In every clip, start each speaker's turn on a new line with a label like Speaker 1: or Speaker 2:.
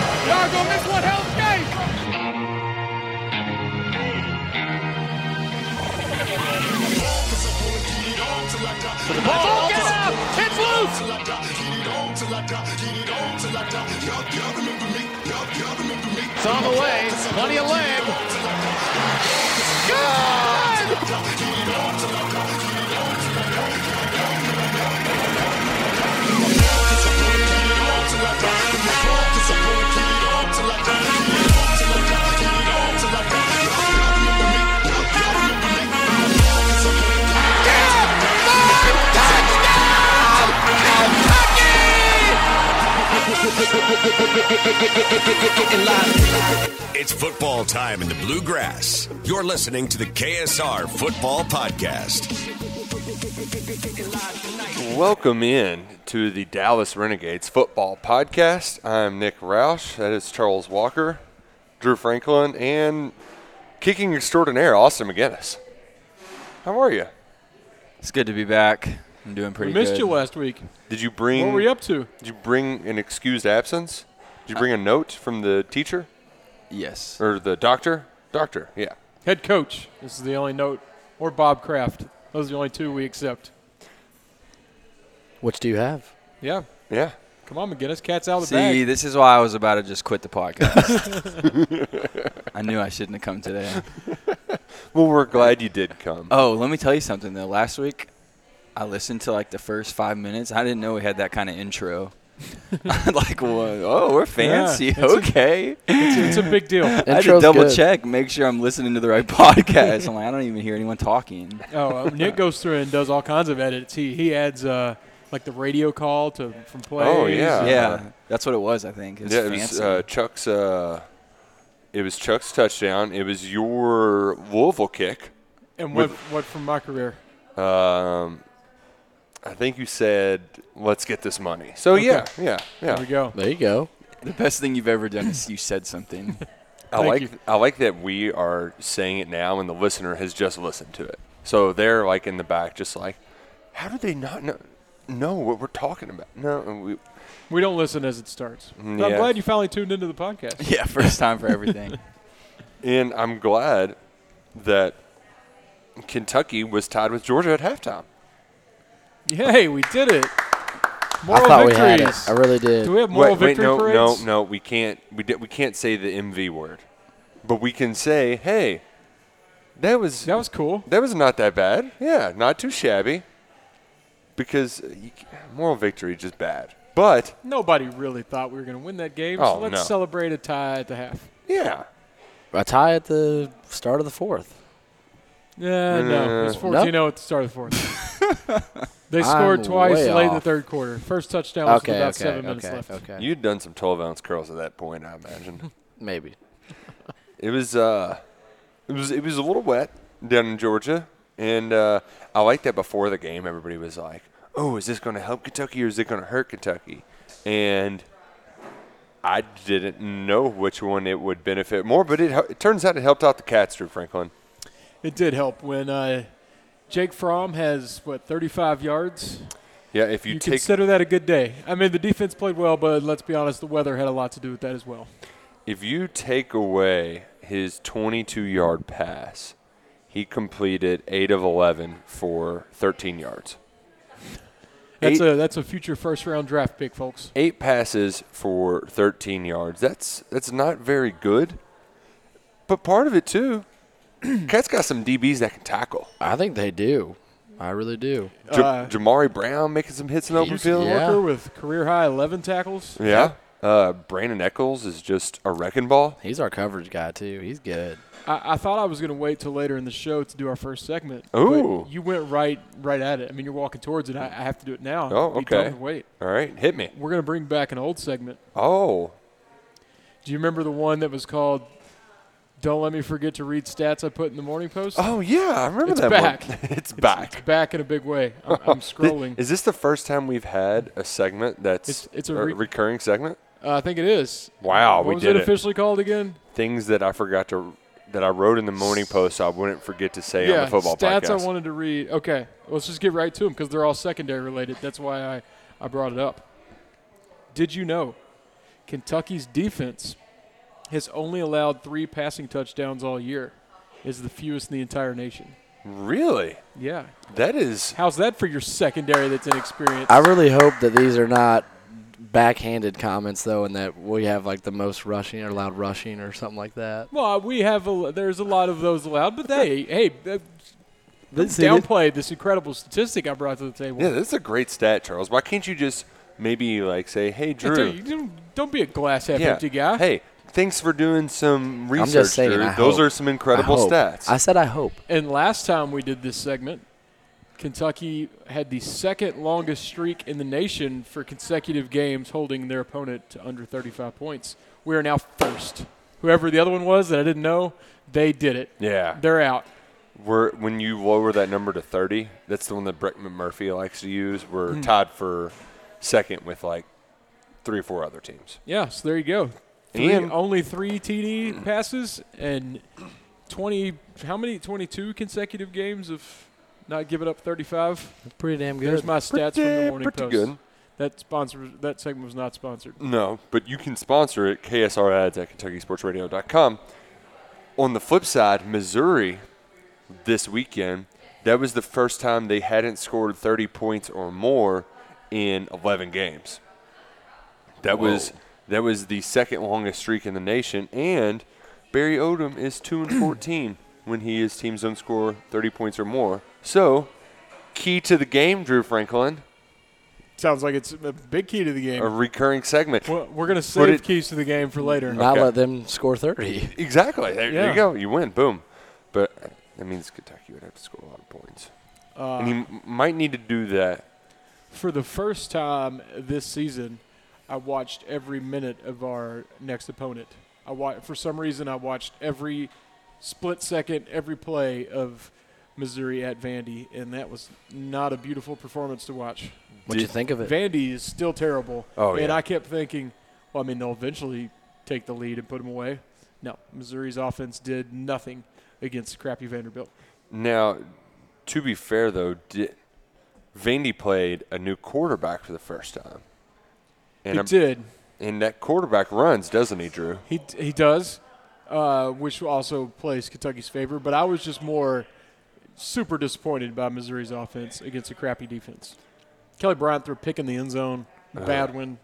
Speaker 1: on this one. Help me! Ball, get up! It's loose! It's on the way. Plenty of leg. Good!
Speaker 2: It's football time in the bluegrass. You're listening to the KSR Football Podcast.
Speaker 3: Welcome in to the Dallas Renegades football podcast. I'm Nick Roush. That is Charles Walker, Drew Franklin, and kicking extraordinaire Austin McGinnis. How are you?
Speaker 4: It's good to be back. I'm doing pretty
Speaker 5: We missed
Speaker 4: good.
Speaker 5: you last week.
Speaker 3: Did you bring?
Speaker 5: What were you up to?
Speaker 3: Did you bring an excused absence? Did you bring a note from the teacher
Speaker 4: Yes.
Speaker 3: or the doctor? Doctor, yeah.
Speaker 5: Head coach. This is the only note. Or Bob Kraft. Those are the only two we accept.
Speaker 6: Which do you have?
Speaker 5: Yeah.
Speaker 3: Yeah.
Speaker 5: Come on, McGinnis. Cat's out of the
Speaker 4: See,
Speaker 5: bag.
Speaker 4: this is why I was about to just quit the podcast. I knew I shouldn't have come today.
Speaker 3: Well, we're glad you did come.
Speaker 4: Oh, let me tell you something though. Last week, I listened to like the first five minutes. I didn't know we had that kind of intro. I'm like, whoa, oh, we're fancy.
Speaker 5: it's a-
Speaker 4: okay. I
Speaker 5: It's a big deal.
Speaker 4: had to
Speaker 6: Intro's
Speaker 4: double
Speaker 6: good.
Speaker 4: check, make sure I'm listening to the right podcast. I'm like, I don't even hear anyone talking.
Speaker 5: Oh, uh, Nick goes through and does all kinds of edits. He he adds uh, like the radio call to from plays.
Speaker 3: Oh, yeah.
Speaker 4: Yeah, that's what it was. I think. It was
Speaker 3: yeah, it
Speaker 4: fancy.
Speaker 3: was uh, Chuck's. Uh, it was Chuck's touchdown. It was your Louisville kick.
Speaker 5: And what
Speaker 3: With-
Speaker 5: what from my career?
Speaker 3: Um, I think you said, "Let's get this money." So yeah, yeah,
Speaker 5: There we
Speaker 3: yeah.
Speaker 5: go.
Speaker 6: There you go.
Speaker 4: the best thing you've ever done is you said something.
Speaker 3: I
Speaker 5: Thank
Speaker 3: like
Speaker 5: you.
Speaker 3: I like that we are saying it now, and the listener has just listened to it. So they're like in the back, just like, "How do they not know know what we're talking about?" No, we,
Speaker 5: We don't listen as it starts. But I'm
Speaker 3: Mm, yeah.
Speaker 5: glad you finally tuned into the podcast.
Speaker 4: yeah, first time for everything.
Speaker 3: and I'm glad that Kentucky was tied with Georgia at halftime.
Speaker 5: Yay, we did it. Moral
Speaker 6: I thought
Speaker 5: victories.
Speaker 6: we had it. I really did.
Speaker 5: Do we have moral
Speaker 3: wait, wait,
Speaker 5: victory
Speaker 3: no,
Speaker 5: parades?
Speaker 3: no, no. We can't. We di- we can't say the MV word, but we can say, "Hey, that was
Speaker 5: That was cool.
Speaker 3: That was not that bad. Yeah, not too shabby. Because uh, you, c- moral victory is just bad. But
Speaker 5: Nobody really thought we were going to win that game, so
Speaker 3: Oh,
Speaker 5: let's
Speaker 3: no.
Speaker 5: celebrate a tie at the half.
Speaker 3: yeah,
Speaker 6: A tie at the start of the fourth.
Speaker 5: Yeah, no. It's
Speaker 3: Uh,
Speaker 5: 14 0 at the start of the fourth. they
Speaker 6: I'm
Speaker 5: scored twice
Speaker 6: way
Speaker 5: late in the
Speaker 6: off.
Speaker 5: third quarter. First touchdown was with
Speaker 6: okay,
Speaker 5: about
Speaker 6: okay,
Speaker 5: seven
Speaker 6: okay,
Speaker 5: minutes left.
Speaker 6: okay.
Speaker 3: you'd done some twelve ounce curls at that point, I imagine.
Speaker 6: Maybe.
Speaker 3: it was uh, it was it was a little wet down in Georgia, and uh, I liked that before the game. Everybody was like, "Oh, is this going to help Kentucky or is it going to hurt Kentucky?" And I didn't know which one it would benefit more, but it, hel- it turns out it helped out the Cats, Drew Franklin.
Speaker 5: It did help when uh, Jake Fromm has, what, 35 yards?
Speaker 3: Yeah, if you,
Speaker 5: You
Speaker 3: take
Speaker 5: consider that a good day. I mean, the defense played well, but let's be honest, the weather had a lot to do with that as well.
Speaker 3: If you take away his 22 yard pass, he completed 8 of 11 for 13 yards.
Speaker 5: That's,
Speaker 3: Eight-
Speaker 5: a, that's a future first round draft pick, folks.
Speaker 3: 8 passes for 13 yards. That's that's not very good. But part of it too, Cat's got some DBs that can tackle.
Speaker 6: I think they do. I really do.
Speaker 3: Ja-
Speaker 5: Uh,
Speaker 3: Jamari Brown making some hits in open
Speaker 6: he's-
Speaker 3: field.
Speaker 6: Yeah.
Speaker 5: Walker with career high 11 tackles.
Speaker 3: Yeah. Uh, Brandon Eccles is just a wrecking ball.
Speaker 6: He's our coverage guy too. He's good.
Speaker 5: I, I thought I was going to wait till later in the show to do our first segment. but
Speaker 3: Ooh.
Speaker 5: you went right, right at it. I mean, you're walking towards it. I, I have to do it now.
Speaker 3: Oh,
Speaker 5: You don't
Speaker 3: okay.
Speaker 5: wait.
Speaker 3: All right, hit me.
Speaker 5: We're going to bring back an old segment.
Speaker 3: Oh,
Speaker 5: Do you remember the one that was called "Don't Let Me Forget to Read Stats I Put in the Morning Post"?
Speaker 3: oh yeah, I remember
Speaker 5: It's
Speaker 3: that one.
Speaker 5: back.
Speaker 3: it's back.
Speaker 5: It's back in a big way. I'm, I'm
Speaker 3: Thi-
Speaker 5: scrolling.
Speaker 3: Is this the first time we've had a segment that's
Speaker 5: It's- it's a
Speaker 3: a
Speaker 5: re-
Speaker 3: recurring segment?
Speaker 5: Uh, I think it is.
Speaker 3: Wow,
Speaker 5: What
Speaker 3: Oh, we
Speaker 5: was
Speaker 3: did
Speaker 5: it
Speaker 3: it.
Speaker 5: officially called again?
Speaker 3: Things that I forgot to that I wrote in the morning post, so I wouldn't forget to say on
Speaker 5: yeah,
Speaker 3: the football
Speaker 5: stats
Speaker 3: podcast.
Speaker 5: I wanted to read. Okay, let's just get right to them because they're all secondary related. That's why I, I brought it up. Did you know Kentucky's defense has only allowed three passing touchdowns all year, is the fewest in the entire nation.
Speaker 3: Really?
Speaker 5: Yeah.
Speaker 3: That is.
Speaker 5: How's that for your secondary that's inexperienced?
Speaker 6: I really hope that these are not backhanded comments though, and that we have like the most rushing or loud rushing or something like that.
Speaker 5: well, we have a, there's a lot of those allowed, but they hey, uh,
Speaker 6: This
Speaker 5: downplayed this incredible statistic I brought to the table.
Speaker 3: Yeah, that's a great stat, Charles. Why can't you just maybe like say, "Hey,
Speaker 5: Yeah,
Speaker 3: Drew,
Speaker 5: dude, you don't- don't be a glass half empty guy.
Speaker 3: Hey, thanks for doing some research,
Speaker 6: I'm just saying.
Speaker 3: Drew.
Speaker 6: I
Speaker 3: Those
Speaker 6: hope.
Speaker 3: are some incredible
Speaker 6: I hope.
Speaker 3: stats.
Speaker 6: I said I hope.
Speaker 5: And last time we did this segment, Kentucky had the second longest streak in the nation for consecutive games, holding their opponent to under 35 points. We are now first. Whoever the other one was that I didn't know, they did it.
Speaker 3: yeah,
Speaker 5: They're out.
Speaker 3: we're when you lower that number to 30, that's the one that Brett McMurphy likes to use. We're tied for second with like three or four other teams.
Speaker 5: Yeah, so there you go. Three,
Speaker 3: And-
Speaker 5: only three TD passes and 20, how many? 22 consecutive games of not giving up 35.
Speaker 6: Pretty damn good.
Speaker 5: There's my stats from the
Speaker 3: Pretty-
Speaker 5: morning
Speaker 3: pretty
Speaker 5: post.
Speaker 3: good.
Speaker 5: That sponsor, that segment was not sponsored.
Speaker 3: No, but you can sponsor it. KSR ads at KentuckySportsRadio.com. On the flip side, Missouri this weekend, that was the first time they hadn't scored 30 points or more in 11 games. That was that was the second longest streak in the nation, and Barry Odom is two and 14 when he is teams don't score 30 points or more. So, key to the game, Drew Franklin,
Speaker 5: Sounds like it's a big key to the game.
Speaker 3: a recurring segment.
Speaker 5: Well, we're going to save
Speaker 3: it- Uh,
Speaker 5: keys to the game for later.
Speaker 6: Not
Speaker 3: Okay.
Speaker 6: let them score thirty.
Speaker 3: Exactly. There
Speaker 5: Yeah.
Speaker 3: you go. You win. Boom. But that means Kentucky would have to score a lot of points.
Speaker 5: Uh,
Speaker 3: and he m- might need to do that.
Speaker 5: For the first time this season, I watched every minute of our next opponent. I wa- for some reason I watched every split second, every play of Missouri at Vandy, and that was not a beautiful performance to watch.
Speaker 6: What'd you think of it?
Speaker 5: Vandy is still terrible,
Speaker 3: Oh,
Speaker 5: and
Speaker 3: yeah.
Speaker 5: I kept thinking, well, I mean, they'll eventually take the lead and put them away. No, Missouri's offense did nothing against crappy Vanderbilt.
Speaker 3: Now, to be fair, though, di- Vandy played a new quarterback for the first time. And,
Speaker 5: it
Speaker 3: I'm-
Speaker 5: did.
Speaker 3: and that quarterback runs, doesn't he, Drew?
Speaker 5: He he does, uh, which also plays Kentucky's favor. But I was just more super disappointed by Missouri's offense against a crappy defense. Kelly Bryant threw a pick in the end zone, bad one.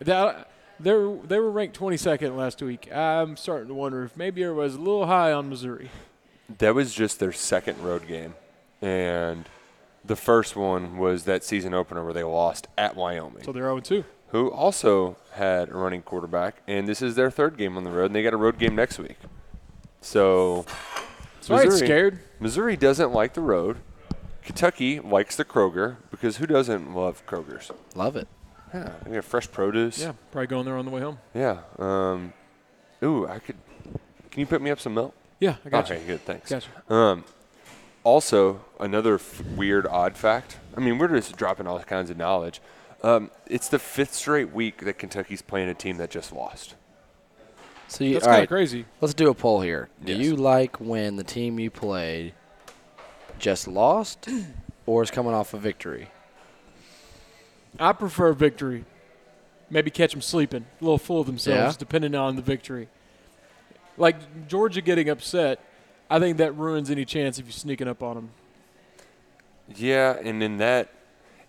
Speaker 5: That they were, they were ranked 22nd last week. I'm starting to wonder if maybe I was a little high on Missouri.
Speaker 3: That was just their second road game. And the first one was that season opener where they lost at Wyoming.
Speaker 5: So they're 0 2.
Speaker 3: who also had a running quarterback, and this is their third game on the road, and they got a road game next week. So,
Speaker 5: So I ain't
Speaker 3: Missouri-
Speaker 5: scared.
Speaker 3: Missouri doesn't like the road. Kentucky likes the Kroger because who doesn't love Krogers?
Speaker 6: Love it.
Speaker 3: Yeah, they have fresh produce.
Speaker 5: Yeah, probably going there on the way home.
Speaker 3: Yeah. Um, ooh, I could. Can you put me up some milk?
Speaker 5: Yeah, I got
Speaker 3: Okay, good. Thanks.
Speaker 5: Gotcha.
Speaker 3: Um, also, another f- weird odd fact. I mean, we're just dropping all kinds of knowledge. Um, it's the fifth straight week that Kentucky's playing a team that just lost.
Speaker 6: So you,
Speaker 5: That's
Speaker 6: all
Speaker 5: kind of
Speaker 6: right,
Speaker 5: crazy.
Speaker 6: let's do a poll here. Do
Speaker 3: Yes.
Speaker 6: you like when the team you played just lost or is coming off a victory?
Speaker 5: I prefer victory. Maybe catch them sleeping, a little full of themselves,
Speaker 6: Yeah.
Speaker 5: depending on the victory. Like Georgia getting upset, I think that ruins any chance of you sneaking up on them.
Speaker 3: Yeah, and in that,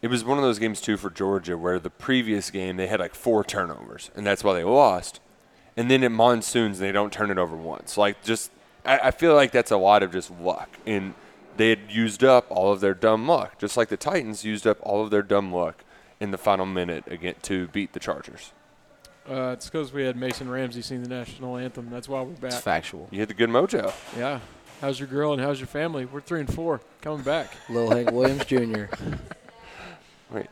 Speaker 3: it was one of those games too for Georgia where the previous game they had like four turnovers, and that's why they lost. And then at monsoons they don't turn it over once. Like just, I, I feel like that's a lot of just luck, and they had used up all of their dumb luck, just like the Titans used up all of their dumb luck in the final minute again to beat the Chargers.
Speaker 5: Uh, it's because we had Mason Ramsey sing the national anthem. That's why we're back.
Speaker 6: It's factual.
Speaker 3: You had the good mojo.
Speaker 5: Yeah. How's your girl and how's your family? We're three and four, coming back.
Speaker 6: Lil Hank Williams Jr.
Speaker 3: Wait,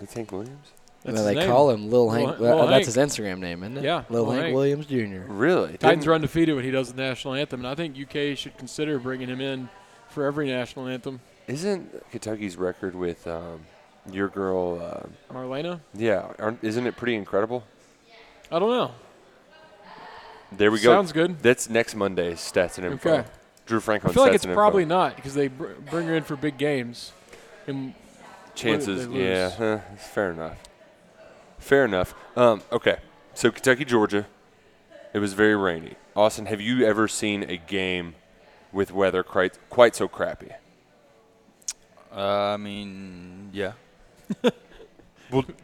Speaker 3: it's Hank Williams.
Speaker 5: That's
Speaker 6: Well,
Speaker 5: his
Speaker 6: they
Speaker 5: name.
Speaker 6: call him Lil
Speaker 5: Lil
Speaker 6: Hank.
Speaker 5: Han-
Speaker 6: well,
Speaker 5: Lil
Speaker 6: that's
Speaker 5: Hank.
Speaker 6: his Instagram name, isn't it?
Speaker 5: Yeah,
Speaker 6: Lil,
Speaker 5: Lil
Speaker 6: Hank,
Speaker 5: Hank.
Speaker 6: Williams Jr.
Speaker 3: Really?
Speaker 5: Titans
Speaker 3: Didn't-
Speaker 5: are undefeated when he does the national anthem, and I think UK should consider bringing him in for every national anthem.
Speaker 3: Isn't Kentucky's record with um, your girl? Uh,
Speaker 5: Marlena?
Speaker 3: yeah, aren't, isn't it pretty incredible?
Speaker 5: I don't know.
Speaker 3: There we go.
Speaker 5: Sounds good.
Speaker 3: That's next Monday's stats and info.
Speaker 5: Okay.
Speaker 3: Drew Franklin.
Speaker 5: I feel like
Speaker 3: stats
Speaker 5: it's
Speaker 3: and
Speaker 5: probably
Speaker 3: info.
Speaker 5: not because they br- bring her in for big games. And
Speaker 3: chances.
Speaker 5: they lose.
Speaker 3: Yeah, huh, fair enough. Fair enough. Um, okay, so Kentucky, Georgia, It was very rainy. Austin, have you ever seen a game with weather quite, quite so crappy?
Speaker 4: Uh, I mean, yeah.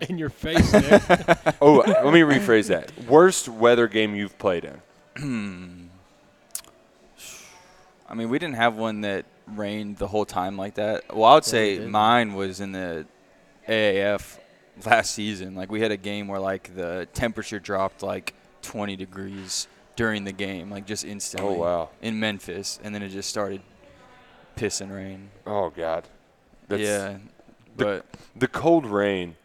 Speaker 5: in your face, Nick.
Speaker 3: Oh, let me rephrase that. Worst weather game you've played in?
Speaker 4: I mean, we didn't have one that rained the whole time like that. Well, I would say mine was in the AAF last season. Like we had a game where like the temperature dropped like 20 degrees during the game, like just instantly.
Speaker 3: Oh, wow.
Speaker 4: In Memphis, and then it just started pissing rain.
Speaker 3: Oh, God. That's,
Speaker 4: yeah, but
Speaker 3: The cold rain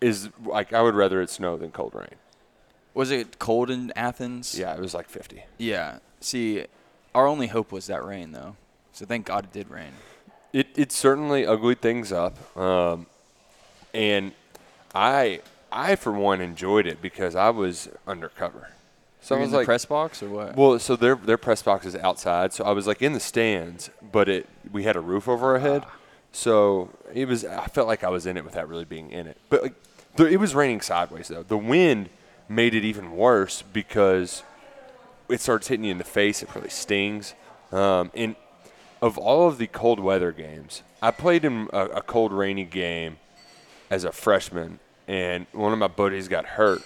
Speaker 3: is like, I would rather it snow than cold rain.
Speaker 4: was it cold in Athens?
Speaker 3: Yeah, it was like 50.
Speaker 4: Yeah. See, our only hope was that rain though. So thank God it did rain.
Speaker 3: It it certainly uglied things up, um, and I I for one enjoyed it because I was undercover. So
Speaker 4: Were
Speaker 3: I
Speaker 4: you
Speaker 3: was
Speaker 4: in the
Speaker 3: like,
Speaker 4: press box or what?
Speaker 3: well, so their their press box is outside, so I was like in the stands, but it we had a roof over our head, so it was I felt like I was in it without really being in it. But like, there, it was raining sideways though. The wind made it even worse because it starts hitting you in the face. It really stings. Um, and of all of the cold weather games, I played in a, a cold, rainy game as a freshman, and one of my buddies got hurt.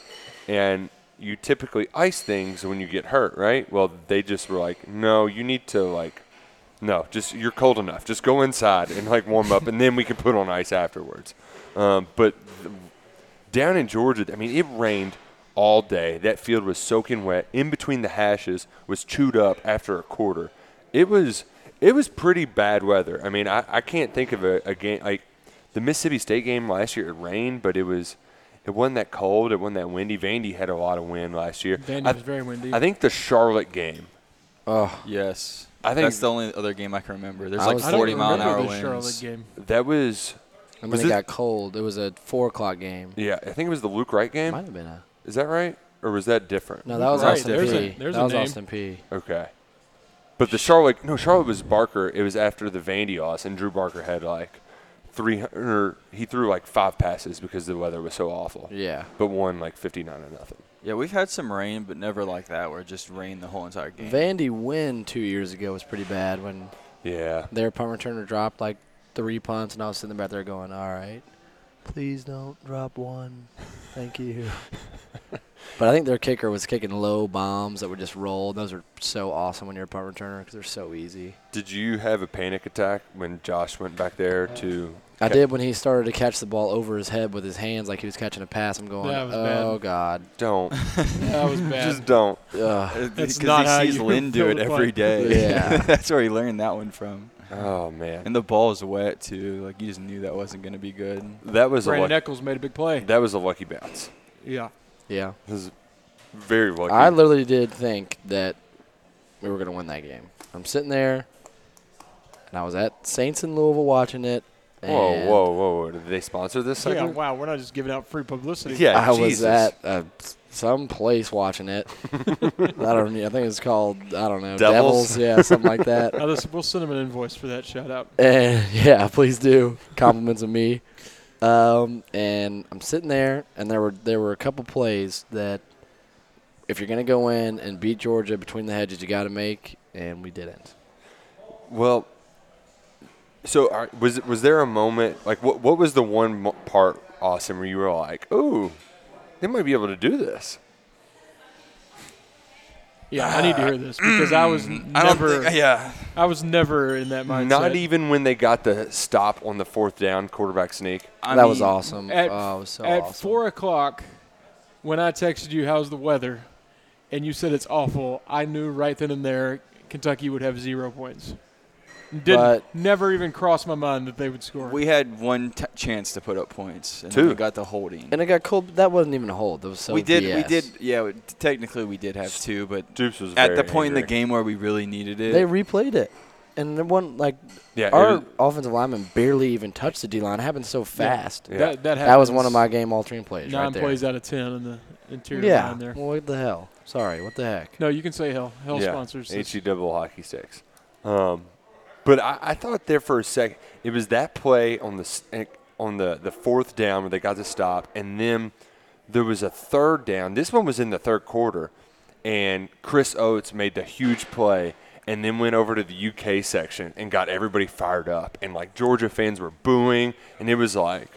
Speaker 3: And you typically ice things when you get hurt, right? Well, they just were like, no, you need to, like, no, just you're cold enough. Just go inside and, like, warm up, and then we can put on ice afterwards. Um, but th- down in Georgia, I mean, it rained all day. That field was soaking wet. In between the hashes was chewed up after a quarter. It was it was pretty bad weather. I mean, I, I can't think of a, a game like the Mississippi State game last year. It rained, but it was it wasn't that cold. It wasn't that windy. Vandy had a lot of wind last year.
Speaker 5: Vandy
Speaker 3: I,
Speaker 5: was very windy.
Speaker 3: I think the Charlotte game.
Speaker 4: Yes.
Speaker 3: I think-
Speaker 4: that's the only other game I can remember. There's
Speaker 6: I
Speaker 4: like
Speaker 6: was-
Speaker 5: I don't
Speaker 4: 40 mile an
Speaker 5: remember
Speaker 4: hour
Speaker 5: the
Speaker 4: winds.
Speaker 5: Charlotte game.
Speaker 3: That was
Speaker 6: And
Speaker 3: Was
Speaker 6: then it
Speaker 3: it-
Speaker 6: got cold. It was a four o'clock game.
Speaker 3: yeah. I think it was the Luke Wright game.
Speaker 6: Might have been a.
Speaker 3: Is that right? Or was that different?
Speaker 6: No, that was
Speaker 5: Right,
Speaker 6: Austin
Speaker 5: there's
Speaker 6: P.
Speaker 5: a- there's
Speaker 6: that
Speaker 5: a
Speaker 6: was
Speaker 5: name.
Speaker 6: Austin P.
Speaker 3: Okay. But the Charlotte, no, Charlotte was Barker. It was after the Vandy loss, and Drew Barker had like three hundred. He threw like five passes because the weather was so awful.
Speaker 6: Yeah.
Speaker 3: But won like fifty nine or nothing.
Speaker 4: Yeah, we've had some rain, but never like that where it just rained the whole entire game.
Speaker 6: Vandy win two years ago was pretty bad when
Speaker 3: Yeah.
Speaker 6: their punt returner dropped like three punts, and I was sitting back there going, "All right, please don't drop one, thank you." but I think their kicker was kicking low bombs that would just roll. Those are so awesome when you're a punt returner because they're so easy.
Speaker 3: Did you have a panic attack when Josh went back there to?
Speaker 6: I did when he started to catch the ball over his head with his hands like he was catching a pass. I'm going,
Speaker 5: That was bad.
Speaker 6: "Oh God."
Speaker 3: Don't.
Speaker 5: That was bad.
Speaker 3: Just don't.
Speaker 6: Ugh.
Speaker 4: Because
Speaker 5: That's
Speaker 4: he
Speaker 5: not how
Speaker 4: sees
Speaker 5: you
Speaker 4: Lynn do
Speaker 5: build
Speaker 4: it
Speaker 5: a
Speaker 4: every
Speaker 5: plane.
Speaker 4: day.
Speaker 6: Yeah.
Speaker 4: that's where he learned that one from.
Speaker 3: Oh man.
Speaker 4: And the ball's wet too. Like you just knew that wasn't gonna be good.
Speaker 3: That was a
Speaker 5: Brandon
Speaker 3: lucky,
Speaker 5: Eccles made a big play.
Speaker 3: that was a lucky bounce.
Speaker 5: yeah.
Speaker 6: Yeah.
Speaker 3: This is very lucky.
Speaker 6: I literally did think that we were going to win that game. I'm sitting there, and I was at Saints in Louisville watching it. And
Speaker 3: whoa, whoa, whoa! whoa. Did they sponsor this
Speaker 5: Yeah,
Speaker 3: segment?
Speaker 5: wow, we're not just giving out free publicity.
Speaker 3: Yeah.
Speaker 6: I was
Speaker 3: Jesus.
Speaker 6: at uh, some place watching it. I don't. know. I think it's called I don't know
Speaker 3: Devils?
Speaker 6: Devils yeah, something like that.
Speaker 5: Now, this, we'll send him an invoice for that shout out.
Speaker 6: And Eh, yeah, please do compliments of me. Um, and I'm sitting there, and there were there were a couple plays that if you're gonna go in and beat Georgia between the hedges, you got to make, and we didn't.
Speaker 3: Well, so are, was was there a moment like what what was the one mo- part Austin where you were like, "Ooh, they might be able to do this."
Speaker 5: Yeah, I need to hear this because I was never,
Speaker 4: yeah.
Speaker 5: I was never in that mindset.
Speaker 3: Not even when they got the stop on the fourth down quarterback sneak.
Speaker 4: I
Speaker 6: that was
Speaker 4: mean,
Speaker 6: awesome.
Speaker 5: At,
Speaker 6: oh, it was so
Speaker 5: at
Speaker 6: awesome.
Speaker 5: four o'clock, when I texted you, "How's the weather?" and you said it's awful, I knew right then and there Kentucky would have zero points. Didn't
Speaker 6: But-
Speaker 5: never even cross my mind that they would score.
Speaker 4: We had one t- chance to put up points, and then
Speaker 3: Two.
Speaker 4: we got the holding.
Speaker 6: and it got cold. But that wasn't even a hold. That was so.
Speaker 4: we did, we
Speaker 6: BS.
Speaker 4: did, yeah. we- Technically, we did have two, but
Speaker 3: Dupes was
Speaker 4: at
Speaker 3: very
Speaker 4: the point in the
Speaker 3: angry.
Speaker 4: game where we really needed it,
Speaker 6: They replayed it, and it wasn't like
Speaker 3: Yeah, it
Speaker 6: our
Speaker 3: was-
Speaker 6: offensive lineman barely even touched the D line. It happened so fast.
Speaker 3: Yeah.
Speaker 5: That, that,
Speaker 6: That was one
Speaker 5: happens
Speaker 6: of my game altering plays.
Speaker 5: nine
Speaker 6: right there.
Speaker 5: plays out of ten in the interior
Speaker 6: Yeah.
Speaker 5: line there.
Speaker 6: Well, what the hell? Sorry. What the heck?
Speaker 5: No, you can say hell. Hell
Speaker 3: yeah,
Speaker 5: sponsors. this.
Speaker 6: E
Speaker 3: HE double hockey sticks. Um, but I, I thought there for a second it was that play on the s- eh, on the the fourth down where they got the stop, and then there was a third down. This one was in the third quarter, and Chris Oates made the huge play and then went over to the UK section and got everybody fired up. And like Georgia fans were booing, and it was like,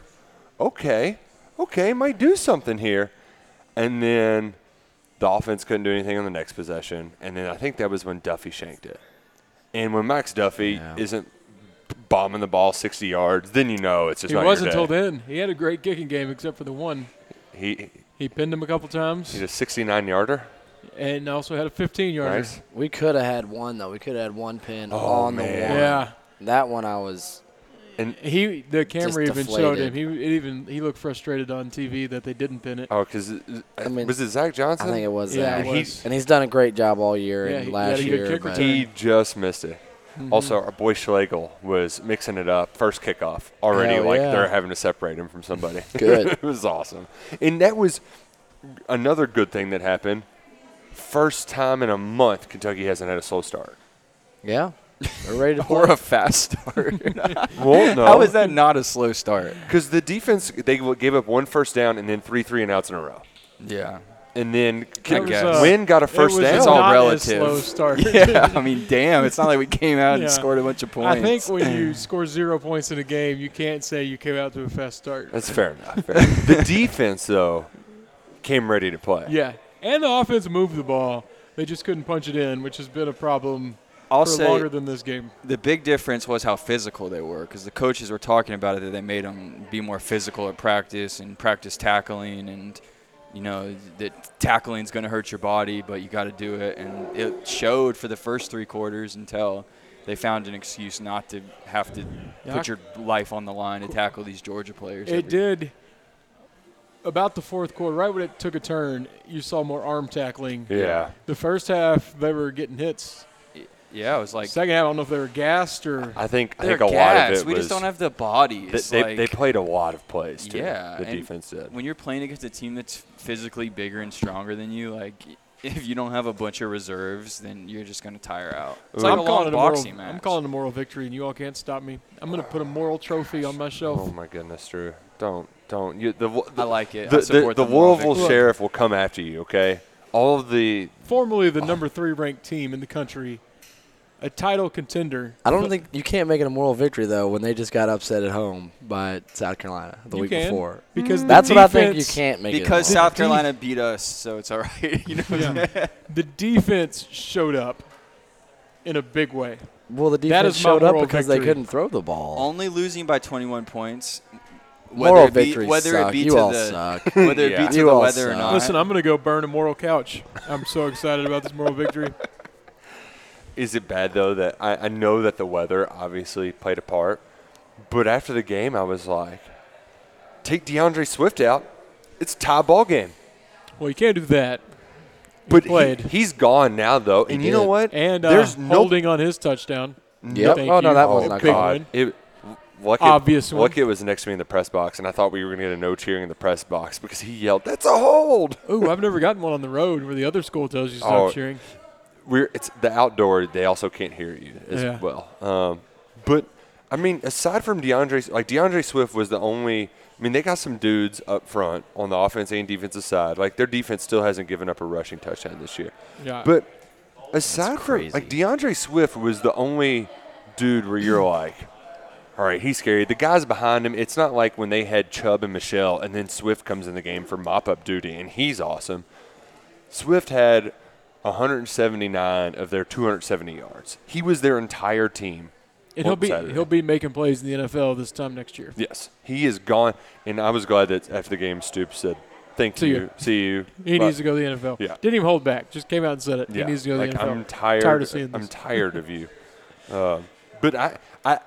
Speaker 3: okay, okay, might do something here. And then the offense couldn't do anything on the next possession. And then I think that was when Duffy shanked it. And when Max Duffy
Speaker 6: Yeah.
Speaker 3: isn't bombing the ball 60 yards, then you know it's just
Speaker 5: He
Speaker 3: not
Speaker 5: was
Speaker 3: your
Speaker 5: until
Speaker 3: day.
Speaker 5: then. He had a great kicking game, except for the one.
Speaker 3: He,
Speaker 5: He pinned him a couple times
Speaker 3: he's a 69 yarder.
Speaker 5: and also had a 15 yarder.
Speaker 3: Nice.
Speaker 6: We could have had one though. We could have had one
Speaker 4: Oh,
Speaker 6: pin on the
Speaker 3: man.
Speaker 6: one.
Speaker 5: Yeah.
Speaker 6: That one I was.
Speaker 5: He the camera even showed him.
Speaker 6: deflated.
Speaker 5: He it even he looked frustrated on TV that they didn't pin it.
Speaker 3: Oh, because
Speaker 6: I mean,
Speaker 3: was it Zach Johnson?
Speaker 6: I think it was.
Speaker 5: Yeah,
Speaker 6: Yeah,
Speaker 5: it was.
Speaker 6: and he's done a great job all year
Speaker 5: Yeah, he-
Speaker 6: and
Speaker 5: he
Speaker 6: last
Speaker 5: had a good
Speaker 6: year.
Speaker 5: kick
Speaker 6: but-
Speaker 5: return.
Speaker 3: He just missed it. Also, our boy Schlegel was mixing it up first kickoff already.
Speaker 6: Hell
Speaker 3: like
Speaker 6: yeah.
Speaker 3: they're having to separate him from somebody.
Speaker 6: Good.
Speaker 3: it was awesome, and that was another good thing that happened. First time in a month, Kentucky hasn't had a slow start.
Speaker 6: yeah, they're ready to
Speaker 4: Or
Speaker 6: play.
Speaker 4: a fast start.
Speaker 3: Well, no,
Speaker 4: How is that not a slow start?
Speaker 3: Because the defense they gave up one first down and then three three and outs in a row,
Speaker 4: Yeah.
Speaker 3: and then
Speaker 5: That was,
Speaker 4: guess.
Speaker 5: uh,
Speaker 3: Wynn got a
Speaker 5: it
Speaker 3: first
Speaker 5: was
Speaker 3: down.
Speaker 4: It's all
Speaker 5: not
Speaker 4: relative.
Speaker 5: as slow start.
Speaker 4: Yeah, I mean, damn, it's not like we came out
Speaker 5: Yeah.
Speaker 4: and scored a bunch of points.
Speaker 5: I think when you score zero points in a game, you can't say you came out to a fast start.
Speaker 3: That's fair enough. Fair enough. the defense though came ready to play.
Speaker 5: Yeah, and the offense moved the ball. They just couldn't punch it in, which has been a problem
Speaker 4: I'll
Speaker 5: for
Speaker 4: say
Speaker 5: longer than this game.
Speaker 4: the big difference was how physical they were because the coaches were talking about it that they made them be more physical at practice and practice tackling and you know that tackling's going to hurt your body but you got to do it and it showed for the first three quarters until they found an excuse not to have to
Speaker 5: Yeah.
Speaker 4: put your life on the line to tackle these Georgia players.
Speaker 5: It
Speaker 4: every-
Speaker 5: did. About the fourth quarter, right when it took a turn, you saw more arm tackling.
Speaker 3: Yeah.
Speaker 5: The first half, they were getting hits.
Speaker 4: Yeah, it was like
Speaker 5: Second half, I don't know if they were gassed or.
Speaker 3: I think I
Speaker 4: they're
Speaker 3: think a lot
Speaker 4: gas.
Speaker 3: of it
Speaker 4: we
Speaker 3: was
Speaker 4: just don't have the bodies.
Speaker 3: Th- they,
Speaker 4: like,
Speaker 3: they played a lot of plays too.
Speaker 4: Yeah,
Speaker 3: the
Speaker 4: and
Speaker 3: defense did.
Speaker 4: When you're playing against a team that's physically bigger and stronger than you, like if you don't have a bunch of reserves, then you're just gonna tire out. It's like
Speaker 5: I'm
Speaker 4: a
Speaker 5: calling
Speaker 4: long
Speaker 5: it a moral,
Speaker 4: boxing match.
Speaker 5: I'm calling it a moral victory, and you all can't stop me. I'm going to put a moral trophy on my
Speaker 3: Oh
Speaker 5: shelf.
Speaker 3: my goodness, Drew! Don't don't you the, wo- the
Speaker 4: I like it. I
Speaker 3: The, the,
Speaker 4: support
Speaker 3: the
Speaker 4: the moral
Speaker 3: Louisville
Speaker 4: victory.
Speaker 3: Sheriff will come after you. Okay, all of the
Speaker 5: Formerly the number three ranked team in the country, a title contender.
Speaker 6: I don't think you can't make it a moral victory though when they just got upset at home by South Carolina the
Speaker 5: You
Speaker 6: week
Speaker 5: can,
Speaker 6: before.
Speaker 5: because the
Speaker 6: That's what I think you
Speaker 5: defense-
Speaker 6: can't make
Speaker 4: because
Speaker 6: it. a moral-
Speaker 4: South Carolina beat us, so it's all right. You know,
Speaker 5: Yeah. the defense showed up in a big way.
Speaker 6: well, the
Speaker 5: That
Speaker 6: defense
Speaker 5: is my
Speaker 6: showed up
Speaker 5: moral
Speaker 6: because they
Speaker 5: victory.
Speaker 6: couldn't throw the ball.
Speaker 4: only losing by 21 points. Whether
Speaker 6: Moral
Speaker 4: it be,
Speaker 6: victories
Speaker 4: whether
Speaker 6: suck.
Speaker 4: it be
Speaker 6: you
Speaker 4: to
Speaker 6: all
Speaker 4: the
Speaker 6: suck.
Speaker 4: whether it be
Speaker 3: Yeah.
Speaker 4: to
Speaker 6: You
Speaker 4: the
Speaker 6: all
Speaker 4: weather or
Speaker 6: suck.
Speaker 4: not.
Speaker 5: Listen, I'm going to go burn a moral couch. I'm so excited about this moral victory.
Speaker 3: is it bad though that I, I know that the weather obviously played a part, but after the game I was like, take DeAndre Swift out. It's a tie ball game.
Speaker 5: Well, you can't do that.
Speaker 3: But
Speaker 5: played.
Speaker 3: He, has gone now though, and you know
Speaker 6: did.
Speaker 3: what?
Speaker 5: And uh,
Speaker 3: there's no
Speaker 5: holding on his touchdown.
Speaker 6: Yep.
Speaker 5: Thank
Speaker 6: Oh, no,
Speaker 5: you.
Speaker 6: that was
Speaker 5: Oh,
Speaker 6: not
Speaker 5: big
Speaker 6: good.
Speaker 5: win.
Speaker 3: It, Luckett,
Speaker 5: Obvious one.
Speaker 3: Luckett was next to me in the press box, and I thought we were going to get a no cheering in the press box because he yelled, "That's a hold!"
Speaker 5: Ooh, I've never gotten one on the road where the other school tells you to stop
Speaker 3: Oh.
Speaker 5: cheering.
Speaker 3: We're it's the outdoor; they also can't hear you as
Speaker 5: Yeah.
Speaker 3: well. Um, but I mean, aside from DeAndre, like DeAndre Swift was the only. I mean, they got some dudes up front on the offense and defensive side. Like their defense still hasn't given up a rushing touchdown this year.
Speaker 5: Yeah.
Speaker 3: But aside from like DeAndre Swift was the only dude where you're like, all right, he's scary. The guys behind him, it's not like when they had Chubb and Michelle, and then Swift comes in the game for mop up duty, and he's awesome. Swift had 179 of their 270 yards. He was their entire team.
Speaker 5: and he'll
Speaker 3: on
Speaker 5: be
Speaker 3: Saturday.
Speaker 5: he'll be making plays in the NFL this time next year.
Speaker 3: Yes, he is gone, and I was glad that after the game, Stoops said, "Thank
Speaker 5: See
Speaker 3: you,
Speaker 5: you.
Speaker 3: see you."
Speaker 5: He
Speaker 3: Bye."
Speaker 5: needs to go to the NFL.
Speaker 3: Yeah.
Speaker 5: Didn't even hold back. Just came out and said it.
Speaker 3: Yeah,
Speaker 5: He needs to go to
Speaker 3: like,
Speaker 5: the NFL.
Speaker 3: I'm tired.
Speaker 5: Tired of seeing
Speaker 3: I'm
Speaker 5: this.
Speaker 3: tired of you. Um, but I, I,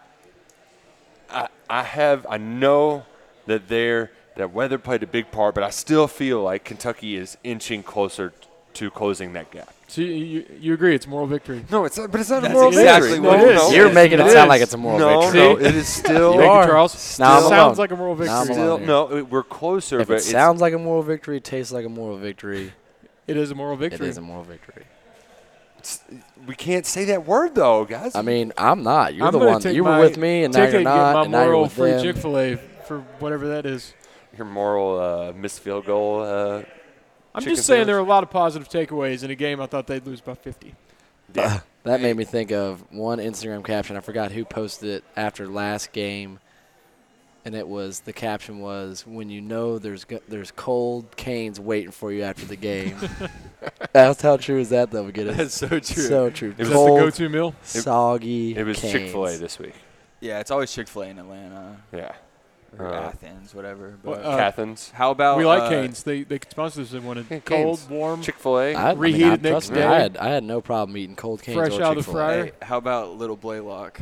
Speaker 3: I, I have. I know that there that weather played a big part, but I still feel like Kentucky is inching closer t- to closing that gap.
Speaker 5: So you, you, you agree it's moral victory.
Speaker 3: No, it's not. But it's not
Speaker 4: That's
Speaker 3: a moral
Speaker 4: exactly
Speaker 3: victory.
Speaker 4: what
Speaker 3: no,
Speaker 4: it is.
Speaker 3: no.
Speaker 6: You're making it,
Speaker 5: It
Speaker 6: sound
Speaker 5: is.
Speaker 6: like it's a moral
Speaker 3: no,
Speaker 6: victory.
Speaker 3: no,
Speaker 5: See?
Speaker 3: it is still.
Speaker 5: Thank you,
Speaker 6: are.
Speaker 5: Charles.
Speaker 6: Now I'm
Speaker 5: sounds
Speaker 6: alone.
Speaker 5: like a moral victory.
Speaker 6: Now I'm
Speaker 3: still
Speaker 6: here.
Speaker 3: no. It, we're closer,
Speaker 6: If
Speaker 3: but
Speaker 6: it
Speaker 3: it's-
Speaker 6: sounds like a moral victory, tastes like a moral victory,
Speaker 5: It is a moral
Speaker 6: it
Speaker 5: victory.
Speaker 6: is a moral victory.
Speaker 3: we can't say that word though, guys.
Speaker 6: I mean, I'm not. You're
Speaker 5: I'm
Speaker 6: the
Speaker 5: gonna
Speaker 6: one.
Speaker 5: take
Speaker 6: You were
Speaker 5: my
Speaker 6: with me, and now
Speaker 5: ticket
Speaker 6: you're
Speaker 5: And
Speaker 6: not.
Speaker 5: get
Speaker 6: And
Speaker 5: my
Speaker 6: now you're
Speaker 5: moral
Speaker 6: with
Speaker 5: free
Speaker 6: them.
Speaker 5: Chick Fil A for whatever that is.
Speaker 3: your moral uh, missed field goal uh,
Speaker 5: I'm
Speaker 4: Chicken
Speaker 5: just saying there
Speaker 4: sandwich.
Speaker 5: are a lot of positive takeaways in a game. I thought they'd lose by 50.
Speaker 6: That made me think of one Instagram caption. I forgot who posted it after last game, and it was the caption was "When you know there's go- there's cold canes waiting for you after the game." That's how true is that though, Get
Speaker 4: That's so true.
Speaker 6: So true.
Speaker 3: was-
Speaker 5: Is that the
Speaker 6: cold,
Speaker 5: go-to meal?
Speaker 6: soggy.
Speaker 3: It was
Speaker 6: canes.
Speaker 3: Chick Fil A this week.
Speaker 4: yeah, it's always Chick Fil A in Atlanta
Speaker 3: Yeah,
Speaker 4: or
Speaker 3: Uh,
Speaker 4: Athens, whatever. But
Speaker 5: uh,
Speaker 3: Cathans,
Speaker 4: how
Speaker 6: Oh,
Speaker 4: about
Speaker 5: we like
Speaker 4: uh,
Speaker 5: canes. They they could sponsor this if they wanted.
Speaker 3: Yeah,
Speaker 5: Cold,
Speaker 3: Cane's.
Speaker 5: warm.
Speaker 3: Chick Fil
Speaker 6: I, I
Speaker 3: A.
Speaker 6: mean,
Speaker 5: Reheated
Speaker 6: I-
Speaker 5: next
Speaker 6: trust me,
Speaker 5: day.
Speaker 6: I had I had no problem eating cold canes
Speaker 5: Fresh
Speaker 6: or
Speaker 5: out of the
Speaker 6: Chick-fil-A.
Speaker 5: fryer.
Speaker 4: Hey, how about little Blaylock?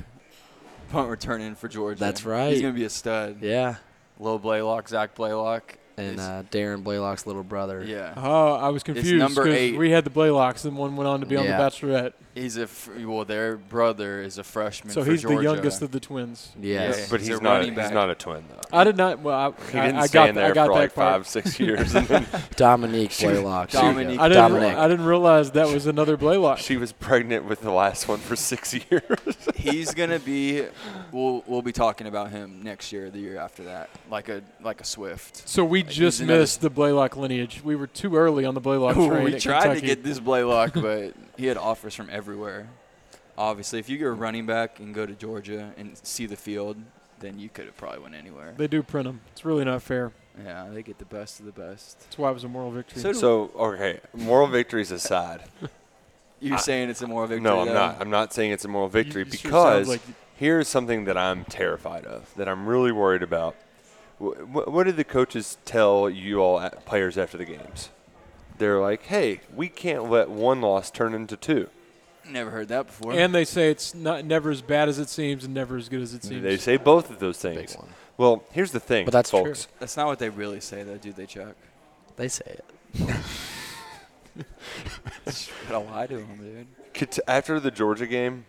Speaker 4: Punt return in for Georgia.
Speaker 6: That's right.
Speaker 4: He's gonna be a stud.
Speaker 6: Yeah,
Speaker 4: Little Blaylock, Zach Blaylock,
Speaker 6: and
Speaker 4: He's-
Speaker 6: uh, Darren Blaylock's little brother.
Speaker 4: yeah,
Speaker 5: Oh, I was confused
Speaker 4: number
Speaker 5: because
Speaker 4: eight.
Speaker 5: we had the Blaylocks and one went on to be on
Speaker 6: Yeah.
Speaker 5: The Bachelorette.
Speaker 4: he's a fr- well. Their brother is a freshman.
Speaker 5: So
Speaker 4: for
Speaker 5: he's the
Speaker 4: Georgia.
Speaker 5: youngest of the twins.
Speaker 6: Yes.
Speaker 4: Yeah.
Speaker 3: But
Speaker 4: He's
Speaker 3: he's
Speaker 4: a
Speaker 3: not.
Speaker 4: running
Speaker 3: He's
Speaker 4: back.
Speaker 3: not a twin though.
Speaker 5: I did not. Well, I,
Speaker 3: He
Speaker 5: I,
Speaker 3: didn't
Speaker 5: I
Speaker 3: stay
Speaker 5: got
Speaker 3: in
Speaker 5: th-
Speaker 3: there
Speaker 5: I got
Speaker 3: for
Speaker 5: that
Speaker 3: like
Speaker 5: part.
Speaker 3: five, six years, and then
Speaker 6: Dominique Blaylock. There you go.
Speaker 4: Dominique.
Speaker 5: I didn't.
Speaker 6: Dominic.
Speaker 5: I didn't realize that was another Blaylock.
Speaker 3: she was pregnant with the last one for six years.
Speaker 4: he's gonna be. We'll we'll be talking about him next year, the year after that, like a like a Swift.
Speaker 5: So we just
Speaker 4: another-
Speaker 5: missed the Blaylock lineage. We were too early on the Blaylock
Speaker 4: Ooh,
Speaker 5: train.
Speaker 4: we
Speaker 5: at
Speaker 4: tried
Speaker 5: Kentucky.
Speaker 4: to get this Blaylock, but he had offers from everywhere. Obviously, if you get a running back and go to Georgia and see the field, then you could have probably went anywhere.
Speaker 5: They do print them. It's really not fair.
Speaker 4: Yeah, they get the best of the best.
Speaker 5: That's why it was a moral victory.
Speaker 4: So do-
Speaker 3: So okay, moral victories aside.
Speaker 4: You're saying it's a moral victory?
Speaker 3: No, I'm
Speaker 4: though?
Speaker 3: not. I'm not saying it's a moral victory
Speaker 5: uh, you sure sound
Speaker 3: because
Speaker 5: like-
Speaker 3: here's something that I'm terrified of, that I'm really worried about. What, what did the coaches tell you all at, players after the games? They're like, "Hey, we can't let one loss turn into two.
Speaker 4: Never heard that before.
Speaker 5: and they say it's not never as bad as it seems and never as good as it seems.
Speaker 3: They say both of those things.
Speaker 6: one.
Speaker 3: Well, here's the thing,
Speaker 6: But that's true.
Speaker 3: folks.
Speaker 4: That's not what they really say, though, do they, Chuck?
Speaker 6: They say it.
Speaker 4: Gotta lie to them, dude.
Speaker 3: Ket- After the Georgia game,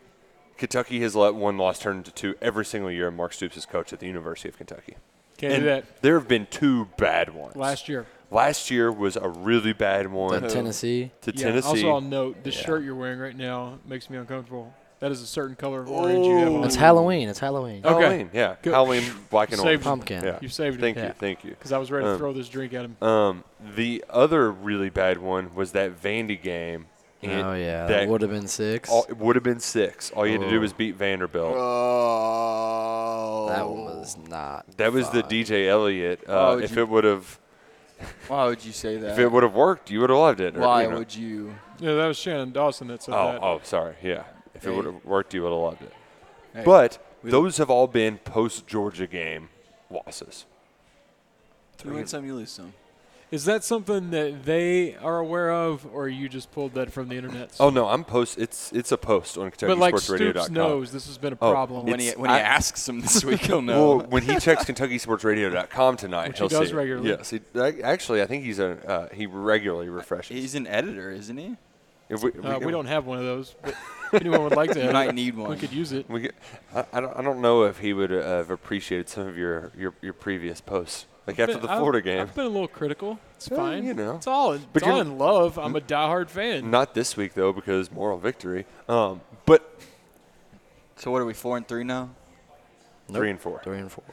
Speaker 3: Kentucky has let one loss turn into two every single year. Mark Stoops is coach at the University of Kentucky.
Speaker 5: Can't do that.
Speaker 3: there have been two bad ones.
Speaker 5: Last year.
Speaker 3: Last year was a really bad one
Speaker 6: Then Tennessee.
Speaker 3: to
Speaker 5: Yeah,
Speaker 3: Tennessee.
Speaker 5: Also, I'll note the shirt you're wearing right now makes me uncomfortable. That is a certain color of
Speaker 3: Oh,
Speaker 5: orange you have on.
Speaker 6: It's Halloween. It's Halloween.
Speaker 5: Okay.
Speaker 3: Halloween, yeah.
Speaker 5: Go-
Speaker 3: Halloween, black and
Speaker 5: Saved
Speaker 3: orange.
Speaker 6: Pumpkin.
Speaker 3: Yeah.
Speaker 5: You saved
Speaker 3: Thank
Speaker 5: it
Speaker 3: you, thank you.
Speaker 5: because I was ready to
Speaker 3: Um,
Speaker 5: throw this drink at him.
Speaker 3: Um, the other really bad one was that Vandy game. and
Speaker 6: Oh yeah, that
Speaker 3: that Oh.
Speaker 6: would have been six.
Speaker 3: all, it would have been six. All you had to do
Speaker 6: Oh.
Speaker 3: was beat Vanderbilt.
Speaker 4: Oh.
Speaker 6: that was not.
Speaker 3: that was the DJ Elliott. Uh,
Speaker 5: Oh,
Speaker 4: Why would
Speaker 3: if
Speaker 4: you-
Speaker 3: it would have,
Speaker 4: Why would you say that?
Speaker 3: if it would have worked, you would have loved it. or,
Speaker 4: Why
Speaker 3: you know.
Speaker 4: would you?
Speaker 5: Yeah, that was Shannon Dawson that said
Speaker 3: Oh,
Speaker 5: that.
Speaker 3: oh, sorry. Yeah. If it
Speaker 4: Hey.
Speaker 3: would have worked, you would have loved it.
Speaker 4: Hey,
Speaker 3: But
Speaker 4: we-
Speaker 3: those have all been post Georgia game losses.
Speaker 4: you win some, you lose some.
Speaker 5: Is that something that they are aware of, or you just pulled that from the internet?
Speaker 3: Oh no, I'm post. It's it's a post on
Speaker 5: but like
Speaker 3: KentuckySportsRadio.com.
Speaker 5: Stoops knows this has been a
Speaker 3: Oh,
Speaker 5: problem,
Speaker 4: When he
Speaker 3: It's-
Speaker 4: when he
Speaker 3: I-
Speaker 4: asks him this week, he'll know.
Speaker 3: Well, when he checks KentuckySportsRadio.com tonight,
Speaker 5: Which he
Speaker 3: he'll
Speaker 5: does
Speaker 3: see it.
Speaker 5: regularly.
Speaker 3: Yes, he, ac- actually, I think he's a uh, he regularly refreshes.
Speaker 4: He's an editor, isn't he?
Speaker 3: If we,
Speaker 5: uh, we don't have one of those. But if anyone would like to,
Speaker 4: You
Speaker 5: have
Speaker 4: might
Speaker 5: it,
Speaker 4: need
Speaker 5: We
Speaker 4: one.
Speaker 5: could use it.
Speaker 3: We, get- I, I don't. I don't know if he would uh, have appreciated some of your your, your previous posts, like after
Speaker 5: But
Speaker 3: the
Speaker 5: I've-
Speaker 3: Florida game.
Speaker 5: I've been a little critical. It's
Speaker 3: Well,
Speaker 5: fine.
Speaker 3: you know.
Speaker 5: it's all. It's
Speaker 3: But
Speaker 5: all
Speaker 3: you're-
Speaker 5: in love. I'm a diehard fan.
Speaker 3: Not this week though, because moral victory. Um, but
Speaker 4: So what are we four and three now?
Speaker 3: three and four,
Speaker 6: Three and four.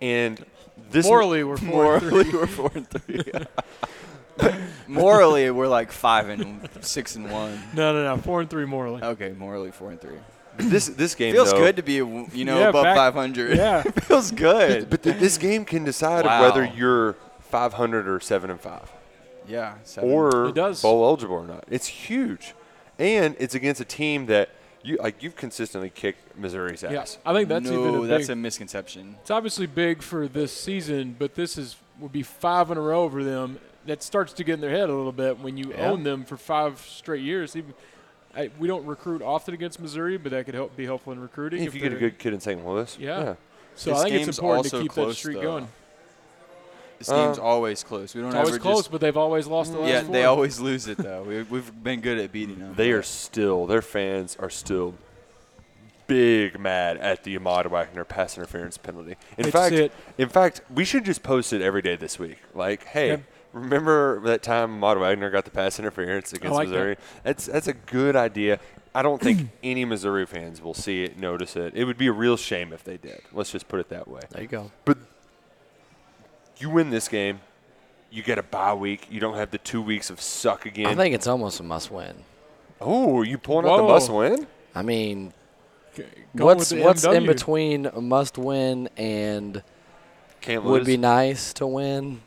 Speaker 3: and this
Speaker 5: Morally, we're four. and three.
Speaker 4: we're four and three. morally, we're like five and six and one.
Speaker 5: No, no, no. Four and three morally.
Speaker 4: Okay, morally four and three.
Speaker 3: this this game
Speaker 4: Feels
Speaker 3: though-
Speaker 4: good to be a w- you know
Speaker 5: Yeah,
Speaker 4: above
Speaker 5: back-
Speaker 4: 500.
Speaker 5: yeah.
Speaker 4: feels good.
Speaker 3: But th- this game can decide
Speaker 4: Wow.
Speaker 3: whether you're 500 or seven and five.
Speaker 4: yeah, seven.
Speaker 3: or
Speaker 5: It does.
Speaker 3: bowl eligible or not. It's huge, and it's against a team that you like. You've consistently kicked Missouri's
Speaker 5: Yeah,
Speaker 3: ass.
Speaker 5: I think that's
Speaker 4: no,
Speaker 5: even a big.
Speaker 4: that's a misconception.
Speaker 5: it's obviously big for this season, but this is would be five in a row for them. That starts to get in their head a little bit when you own them for five straight years. Even, I, we don't recruit often against Missouri, but that could help be helpful in recruiting.
Speaker 3: If you get a
Speaker 5: they're-
Speaker 3: good kid in St. Louis,
Speaker 5: yeah. So
Speaker 4: This
Speaker 5: I think
Speaker 4: game's
Speaker 5: it's important to
Speaker 4: also
Speaker 5: keep that
Speaker 4: close,
Speaker 5: streak
Speaker 4: though.
Speaker 5: going.
Speaker 4: This game's always close. We don't
Speaker 5: Uh, It's always
Speaker 4: ever
Speaker 5: close,
Speaker 4: just.
Speaker 5: but they've always lost the last
Speaker 4: Mm. yeah,
Speaker 5: four.
Speaker 4: they always lose it though. We, we've been good at beating them.
Speaker 3: they are still their fans are still big mad at the Ahmad Wagner pass interference penalty. In
Speaker 5: It's
Speaker 3: fact,
Speaker 5: it.
Speaker 3: in fact, we should just post it every day this week. Like, hey.
Speaker 5: Yeah.
Speaker 3: Remember that time Ahmad Wagner got the pass interference against
Speaker 5: like that.
Speaker 3: Missouri? That's that's a good idea. I don't think any Missouri fans will see it, notice it. It would be a real shame if they did. Let's just put it that way.
Speaker 6: There you go.
Speaker 3: But you win this game, You get a bye week. You don't have the two weeks of suck
Speaker 6: I
Speaker 3: again.
Speaker 6: think it's almost a must win.
Speaker 3: oh, are you pulling out the
Speaker 5: Whoa.
Speaker 3: must win?
Speaker 6: I mean,
Speaker 5: Going
Speaker 6: what's
Speaker 5: with the
Speaker 6: what's in
Speaker 5: MW.
Speaker 6: between a must win and
Speaker 3: Can't
Speaker 6: would
Speaker 3: lose.
Speaker 6: be nice to win?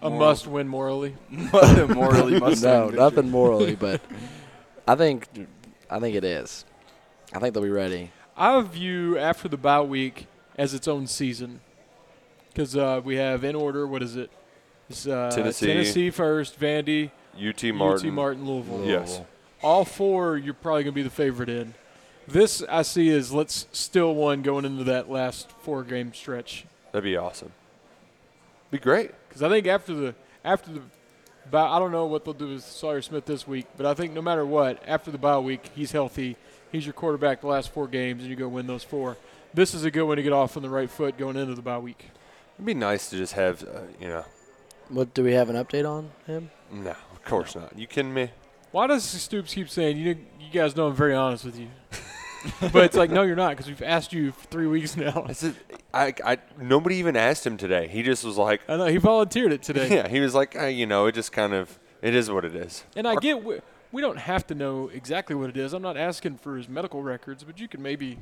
Speaker 5: A must win morally.
Speaker 4: morally must
Speaker 6: no, nothing morally, but I think I think it is. I think they'll be ready.
Speaker 5: I view after the bye week as its own season because uh, we have in order. What is it? It's, uh,
Speaker 3: Tennessee.
Speaker 5: Tennessee first, Vandy,
Speaker 3: UT Martin.
Speaker 5: UT Martin, Louisville.
Speaker 3: Yes.
Speaker 5: All four, you're probably going to be the favorite in. This I see is let's still one going into that last four game stretch
Speaker 3: That'd be awesome. Be great.
Speaker 5: because I think after the after the bye, I don't know what they'll do with Sawyer Smith this week, but I think no matter what, after the bye week, he's healthy. He's your quarterback the last four games, and you go win those four. This is a good one to get off on the right foot going into the bye week.
Speaker 3: It'd be nice to just have, uh, you know,
Speaker 6: What do we have an update on him?
Speaker 3: no, of course not. You kidding me?
Speaker 5: Why does Stoops keep saying you? You guys know I'm very honest with you, but it's like no, you're not because we've asked you for three weeks now.
Speaker 3: That's it. I, I, nobody even asked him today. He just was like,
Speaker 5: I know he volunteered it today,
Speaker 3: yeah, he was like, uh, you know, it just kind of, it is what it is.
Speaker 5: and I get we, we don't have to know exactly what it is. I'm not asking for his medical records, but you can maybe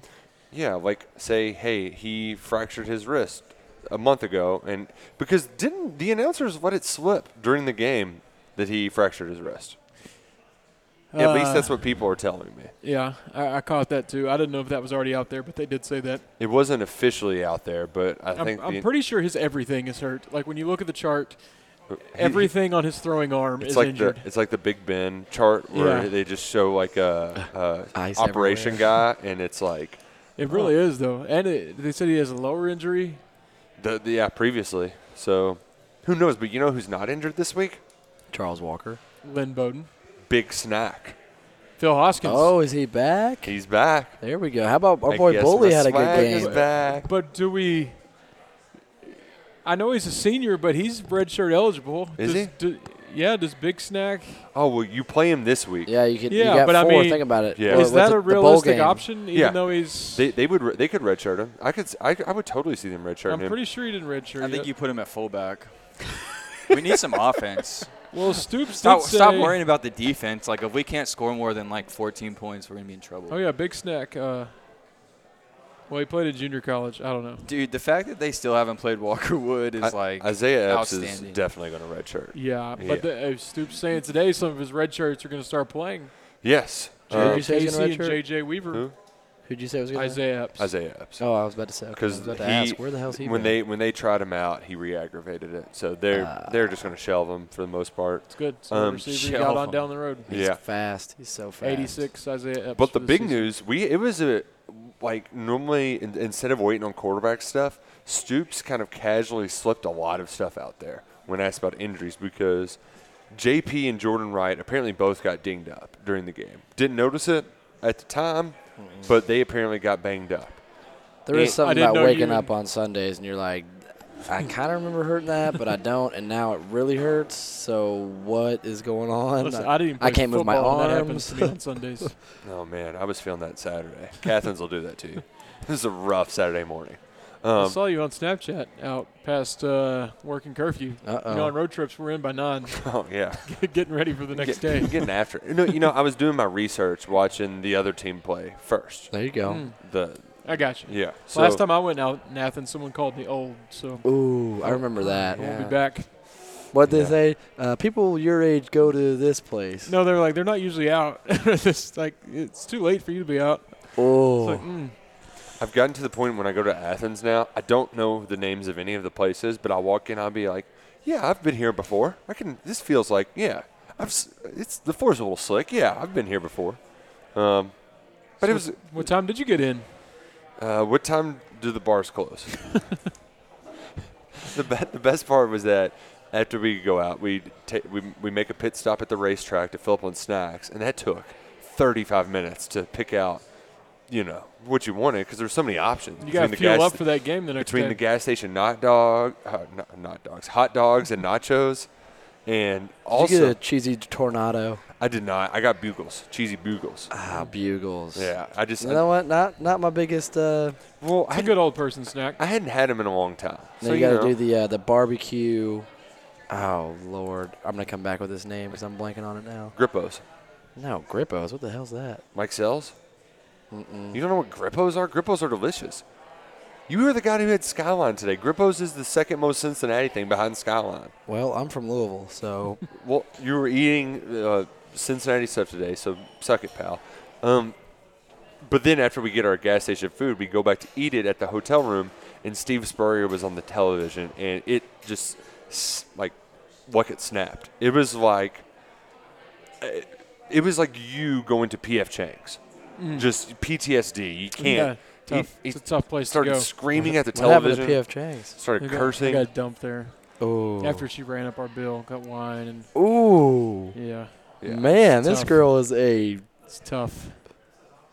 Speaker 3: Yeah, like say, hey, he fractured his wrist a month ago, and because didn't the announcers let it slip during the game that he fractured his wrist? At least
Speaker 5: Uh,
Speaker 3: that's what people are telling me.
Speaker 5: Yeah, I, I caught that too. I didn't know if that was already out there, but they did say that.
Speaker 3: It wasn't officially out there, but I
Speaker 5: I'm,
Speaker 3: think
Speaker 5: I'm
Speaker 3: the-
Speaker 5: pretty sure his everything is hurt. Like when you look at the chart,
Speaker 3: he-
Speaker 5: everything on his throwing arm
Speaker 3: It's
Speaker 5: is
Speaker 3: like
Speaker 5: injured.
Speaker 3: the it's like the Big Ben chart where
Speaker 5: Yeah.
Speaker 3: they just show like a, a
Speaker 6: Ice
Speaker 3: operation guy, and it's like
Speaker 5: it really is though, and it, they said he has a lower injury.
Speaker 3: the, the yeah previously. So who knows? But you know who's not injured this week?
Speaker 6: Charles Walker.
Speaker 5: Lynn Bowden,
Speaker 3: Big Snack.
Speaker 5: Phil Hoskins.
Speaker 6: Oh, is he back?
Speaker 3: He's back.
Speaker 6: There we go. How about our
Speaker 3: I
Speaker 6: Oh, boy
Speaker 3: guess
Speaker 6: Bully
Speaker 3: my
Speaker 6: had a good
Speaker 3: swag Is
Speaker 6: game?
Speaker 3: back.
Speaker 5: but do we? I know he's a senior, but he's redshirt eligible.
Speaker 3: Is
Speaker 5: Does-
Speaker 3: he?
Speaker 5: do- yeah, does Big Snack
Speaker 3: Oh well, you play him this week.
Speaker 6: Yeah, you could.
Speaker 5: Yeah,
Speaker 6: you got
Speaker 5: but I
Speaker 6: four.
Speaker 5: mean,
Speaker 6: Think about it.
Speaker 3: Yeah.
Speaker 6: What-
Speaker 3: Well,
Speaker 5: is
Speaker 6: what's
Speaker 5: that
Speaker 6: it-
Speaker 5: a
Speaker 6: the bowl
Speaker 5: realistic
Speaker 6: game?
Speaker 5: option? Even
Speaker 3: Yeah.
Speaker 5: though he's,
Speaker 3: They, they would re- they could redshirt him. I could s- I, I would totally see them redshirt
Speaker 5: I'm
Speaker 3: him.
Speaker 5: pretty sure he didn't redshirt.
Speaker 4: I think
Speaker 5: yet.
Speaker 4: you put him at fullback. we need some offense.
Speaker 5: Well, Stoops
Speaker 4: Stop,
Speaker 5: did
Speaker 4: stop
Speaker 5: say-
Speaker 4: worrying about the defense. Like if we can't score more than like 14 points, we're gonna be in trouble.
Speaker 5: Oh yeah, Big Snack. Uh, well, he played at junior college. I don't know.
Speaker 4: Dude, the fact that they still haven't played Walker Wood is
Speaker 3: I-
Speaker 4: like
Speaker 3: Isaiah Epps is
Speaker 4: outstanding.
Speaker 3: definitely going to redshirt.
Speaker 5: Yeah,
Speaker 3: Yeah.
Speaker 5: but the, uh, Stoops saying today some of his red shirts are going to start playing.
Speaker 3: Yes,
Speaker 6: Who'd
Speaker 3: uh,
Speaker 6: you say he's
Speaker 5: Casey
Speaker 6: gonna
Speaker 5: and
Speaker 6: redshirt?
Speaker 5: JJ Weaver,
Speaker 3: Who?
Speaker 6: Who'd you say was going to?
Speaker 5: Isaiah Epps.
Speaker 3: Uh, Isaiah Epps.
Speaker 6: Oh, I was about to say. Because
Speaker 3: Because
Speaker 6: okay, I was about to
Speaker 3: he
Speaker 6: ask, where the hell's he?
Speaker 3: when
Speaker 6: been? Ah.
Speaker 3: they when they tried him out, he re-aggravated it. So they're they're just going to shelve him for the most part.
Speaker 5: It's good. It's
Speaker 3: Um,
Speaker 5: receiver you got
Speaker 4: Shelf
Speaker 5: on
Speaker 4: him.
Speaker 5: down the road.
Speaker 6: he's
Speaker 3: yeah.
Speaker 6: fast. He's so fast.
Speaker 5: 86 Isaiah Epps.
Speaker 3: But
Speaker 5: for
Speaker 3: the
Speaker 5: this
Speaker 3: big
Speaker 5: season.
Speaker 3: news, we it was a like normally in, instead of waiting on quarterback stuff, Stoops kind of casually slipped a lot of stuff out there when asked about injuries because JP and Jordan Wright apparently both got dinged up during the game. Didn't notice it at the time, but they apparently got banged up.
Speaker 6: There is
Speaker 3: Yeah, I
Speaker 6: something
Speaker 5: didn't
Speaker 6: about
Speaker 5: know
Speaker 6: waking
Speaker 5: you-
Speaker 6: up on Sundays and you're like, I kind of remember hurting that, but I don't, and now it really hurts. So what is going on? Uh,
Speaker 5: Listen, I didn't. Even play
Speaker 6: can't move my
Speaker 5: football, and That happens
Speaker 6: arms.
Speaker 5: to me on Sundays.
Speaker 3: Oh man, I was feeling that Saturday. Catherine's will do that to you. This is a rough Saturday morning.
Speaker 5: I saw you on Snapchat out past uh, working curfew.
Speaker 6: Uh-oh.
Speaker 5: You know, on road trips we're in by nine,
Speaker 3: Oh yeah.
Speaker 5: getting ready for the
Speaker 3: Get-
Speaker 5: next day.
Speaker 3: Getting after it. No, you know, I was doing my research watching the other team play first.
Speaker 6: there you go.
Speaker 3: The
Speaker 5: Hmm. I got you.
Speaker 3: yeah. So
Speaker 5: Last time I went out in Athens, someone called me old, so
Speaker 6: Ooh, I remember that.
Speaker 5: we'll be back.
Speaker 6: What they
Speaker 3: Yeah.
Speaker 6: say? Uh, people your age go to this place.
Speaker 5: No, they're like they're not usually out. it's like it's too late for you to be out. It's
Speaker 6: Oh,
Speaker 5: like, mm.
Speaker 3: I've gotten to the point when I go to Athens now, I don't know the names of any of the places, but I walk in, I'll be like, "Yeah, I've been here before. I can. This feels like yeah. I've. s- It's the floor's a little slick. Yeah, I've been here before. Um, but it was.
Speaker 5: What time did you get in?
Speaker 3: Uh, what time do the bars close? the, be- the best part was that after we go out, we, ta- we we make a pit stop at the racetrack to fill up on snacks, and that took 35 minutes to pick out, you know, what you wanted because there's so many options.
Speaker 5: You got to
Speaker 3: between the
Speaker 5: fuel
Speaker 3: gas-
Speaker 5: up for that game the next
Speaker 3: between
Speaker 5: day.
Speaker 3: the gas station hot dog, uh, not, not dogs, hot dogs and nachos, and
Speaker 6: did you
Speaker 3: also
Speaker 6: get a cheesy tornado?
Speaker 3: I did not. I got bugles, cheesy bugles.
Speaker 6: Ah, bugles.
Speaker 3: Yeah, I just
Speaker 6: You know what? Not not my biggest. Uh,
Speaker 3: well,
Speaker 5: it's
Speaker 3: I,
Speaker 5: a good old person snack.
Speaker 3: I hadn't had them in a long time.
Speaker 6: no,
Speaker 3: so
Speaker 6: you got
Speaker 3: know.
Speaker 6: to do the uh, the barbecue Oh Lord, I'm gonna come back with his name because I'm blanking on it now.
Speaker 3: Grippos.
Speaker 6: No, Grippos. What the hell's that?
Speaker 3: Mike Sells? You don't know what Grippos are? Grippos are delicious. You were the guy who had Skyline today. Grippos is the second most Cincinnati thing behind Skyline.
Speaker 6: Well, I'm from Louisville, so
Speaker 3: Well, you were eating uh, Cincinnati stuff today, so suck it, pal. Um, but then after we get our gas station food, we go back to eat it at the hotel room, and Steve Spurrier was on the television, and it just s- like like it snapped. It was like uh, it was like you going to PF Chang's, just PTSD. You can't.
Speaker 5: Hmm. Yeah, tough. It's a tough place to
Speaker 3: started
Speaker 5: go.
Speaker 3: screaming at the
Speaker 6: what happened to
Speaker 3: television.
Speaker 6: PF Chang's?
Speaker 3: Started
Speaker 5: I got-
Speaker 3: cursing.
Speaker 5: I got dumped there
Speaker 6: Oh,
Speaker 5: after she ran up our bill, got wine, and
Speaker 6: ooh,
Speaker 5: yeah,
Speaker 3: Yeah.
Speaker 6: man, this
Speaker 5: Tough.
Speaker 6: girl is a
Speaker 5: it's tough.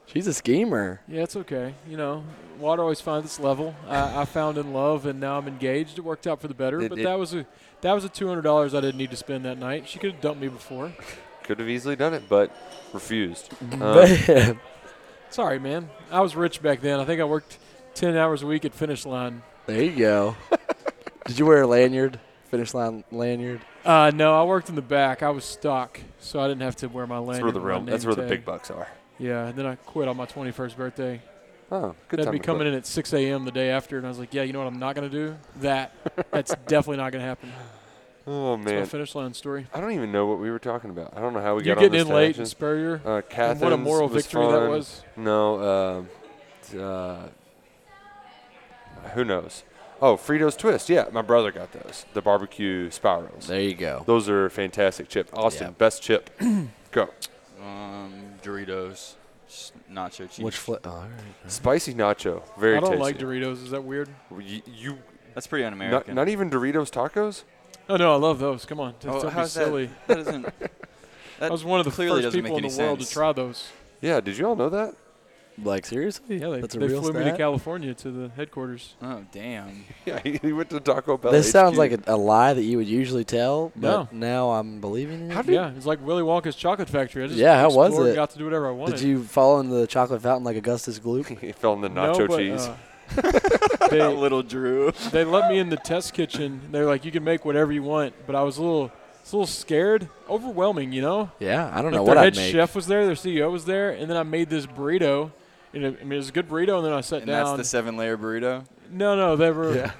Speaker 6: she's a schemer.
Speaker 5: Yeah, it's okay. You know, water always finds its level. I, I found in love, and now I'm engaged. It worked out for the better.
Speaker 3: It
Speaker 5: but
Speaker 3: did.
Speaker 5: that was a that was a two hundred dollars I didn't need to spend that night. She could have dumped me before.
Speaker 3: Could have easily done it, but refused.
Speaker 6: Uh-huh.
Speaker 3: Um,
Speaker 6: Man,
Speaker 5: Sorry, man. I was rich back then. I think I worked ten hours a week at Finish Line.
Speaker 6: there you go. Did you wear a lanyard? Finish line lanyard.
Speaker 5: Uh, no, I worked in the back. I was stock, so I didn't have to wear my lanyard.
Speaker 3: that's where the
Speaker 5: or my
Speaker 3: real, That's
Speaker 5: name
Speaker 3: where the
Speaker 5: tag.
Speaker 3: big bucks are.
Speaker 5: Yeah, and then I quit on my 21st birthday.
Speaker 3: Oh, good
Speaker 5: That'd
Speaker 3: time
Speaker 5: be
Speaker 3: to
Speaker 5: coming
Speaker 3: quit.
Speaker 5: in at 6 a.m. the day after, and I was like, yeah, you know what I'm not going to do? That. That's definitely not going to happen.
Speaker 3: Oh
Speaker 5: That's my
Speaker 3: man,
Speaker 5: finish line story.
Speaker 3: I don't even know what we were talking about. I don't know how we
Speaker 5: You're
Speaker 3: got on
Speaker 5: getting
Speaker 3: this
Speaker 5: in late and
Speaker 3: tangent. Uh,
Speaker 5: Spurrier. and what a
Speaker 3: Catherine's
Speaker 5: moral
Speaker 3: was
Speaker 5: victory
Speaker 3: fun.
Speaker 5: that was.
Speaker 3: No, uh, uh, who knows? Oh, Fritos Twist. Yeah, my brother got those. The barbecue spirals.
Speaker 6: There you go.
Speaker 3: Those are fantastic chip. Austin,
Speaker 6: Yeah.
Speaker 3: best chip. Go.
Speaker 4: Um, Doritos, just nacho cheese.
Speaker 6: Which flip? Oh, all right.
Speaker 3: Spicy nacho. Very
Speaker 5: I don't
Speaker 3: tasty.
Speaker 5: like Doritos. Is that weird?
Speaker 3: You, you
Speaker 4: That's pretty
Speaker 3: not,
Speaker 4: un-American.
Speaker 3: not even Doritos tacos?
Speaker 5: Oh, no, I love those. Come on.
Speaker 4: Oh,
Speaker 5: Don't be
Speaker 4: how's that-
Speaker 5: silly.
Speaker 3: e-
Speaker 4: That doesn't. That
Speaker 5: I was one of the
Speaker 4: clearly
Speaker 5: first
Speaker 4: doesn't
Speaker 5: people in
Speaker 4: make
Speaker 5: the
Speaker 4: any
Speaker 5: world
Speaker 4: sense.
Speaker 5: to try those.
Speaker 3: Yeah, did you all know that?
Speaker 6: Like seriously?
Speaker 5: Yeah, they,
Speaker 6: That's a
Speaker 5: they
Speaker 6: real
Speaker 5: flew
Speaker 6: stat?
Speaker 5: me to California to the headquarters.
Speaker 4: Oh damn!
Speaker 3: Yeah, he, he went to Taco Bell.
Speaker 6: This sounds
Speaker 3: HQ.
Speaker 6: like a, a lie that you would usually tell,
Speaker 5: No.
Speaker 6: but now I'm believing it.
Speaker 3: How did,
Speaker 5: Yeah, it's like Willy Wonka's chocolate factory. I just
Speaker 6: Yeah, how was
Speaker 5: explored,
Speaker 6: it?
Speaker 5: Got to do whatever I wanted.
Speaker 6: Did you fall into the chocolate fountain like Augustus Gloop?
Speaker 3: He fell in the
Speaker 5: No,
Speaker 3: nacho
Speaker 5: but,
Speaker 3: cheese.
Speaker 5: uh, they,
Speaker 4: Little Drew.
Speaker 5: they let me in the test kitchen. and They're like, you can make whatever you want. But I was a little, it's a little scared, overwhelming, you know.
Speaker 6: yeah, I
Speaker 5: Like
Speaker 6: don't know
Speaker 5: their
Speaker 6: what
Speaker 5: head
Speaker 6: I'd make.
Speaker 5: chef was there, their CEO was there, and then I made this burrito. And it, I mean, it was a good burrito, and then I sat
Speaker 4: And that's
Speaker 5: down.
Speaker 4: the seven-layer burrito.
Speaker 5: no, no, they were.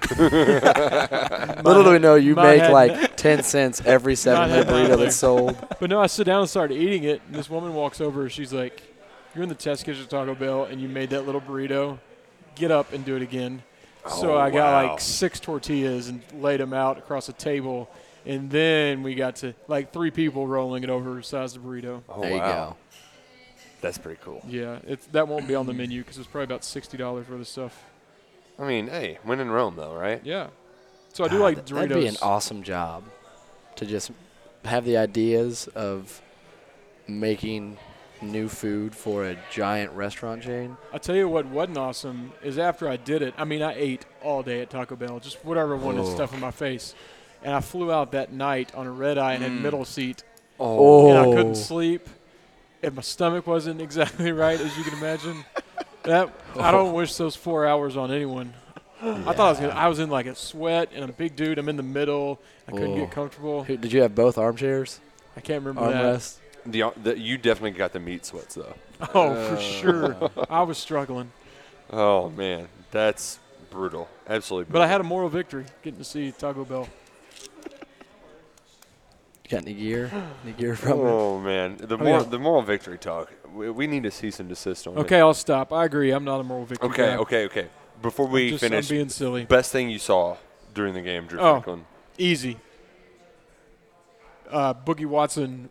Speaker 6: Little do we know, you
Speaker 5: my
Speaker 6: make
Speaker 5: head-
Speaker 6: like ten cents every seven
Speaker 5: head
Speaker 6: minute burrito
Speaker 5: nodding.
Speaker 6: that's sold.
Speaker 5: But no, I sit down and started eating it, and this woman walks over. She's like, "You're in the test kitchen at Taco Bell, and you made that little burrito. Get up and do it again." so
Speaker 3: Oh,
Speaker 5: I got
Speaker 3: wow.
Speaker 5: like six tortillas and laid them out across a table, and then we got to like three people rolling it over size the burrito.
Speaker 3: Oh,
Speaker 6: there you
Speaker 3: wow.
Speaker 6: go.
Speaker 3: That's pretty cool.
Speaker 5: Yeah, it's that won't be on the menu because it's probably about sixty dollars worth of stuff.
Speaker 3: I mean, hey, when in Rome, though, right?
Speaker 5: Yeah. So I do like
Speaker 6: God,
Speaker 5: Doritos.
Speaker 6: That'd be an awesome job to just have the ideas of making new food for a giant restaurant chain.
Speaker 5: I tell you what wasn't awesome is after I did it. I mean, I ate all day at Taco Bell, just whatever I wanted
Speaker 6: Oh.
Speaker 5: stuff in my face, and I flew out that night on a red eye and had middle seat,
Speaker 6: Oh,
Speaker 5: and I couldn't sleep, and my stomach wasn't exactly right as you can imagine. That I don't wish those four hours on anyone. I thought I was gonna, I was in like a sweat and a big dude. I'm in the middle. I couldn't
Speaker 6: Oh.
Speaker 5: get comfortable.
Speaker 6: Who- Did you have both armchairs?
Speaker 5: I can't remember that.
Speaker 6: Armrests?
Speaker 3: The, uh, the, you definitely got the meat sweats, though.
Speaker 5: Oh, for sure. I was struggling,
Speaker 3: Oh, man. That's brutal. Absolutely
Speaker 5: but
Speaker 3: brutal.
Speaker 5: I had a moral victory getting to see Taco Bell.
Speaker 6: Got any gear? Any gear from it?
Speaker 3: Oh, man. The, moral,
Speaker 5: yeah.
Speaker 3: the moral victory talk. We, we need to cease and desist on it.
Speaker 5: Okay, I'll stop. I agree. I'm not a moral victim.
Speaker 3: Okay, okay, okay. Before we
Speaker 5: Just
Speaker 3: finish,
Speaker 5: I'm being silly.
Speaker 3: best thing you saw during the game, Drew
Speaker 5: Oh.
Speaker 3: Franklin.
Speaker 5: Easy. Uh, Boogie Watson,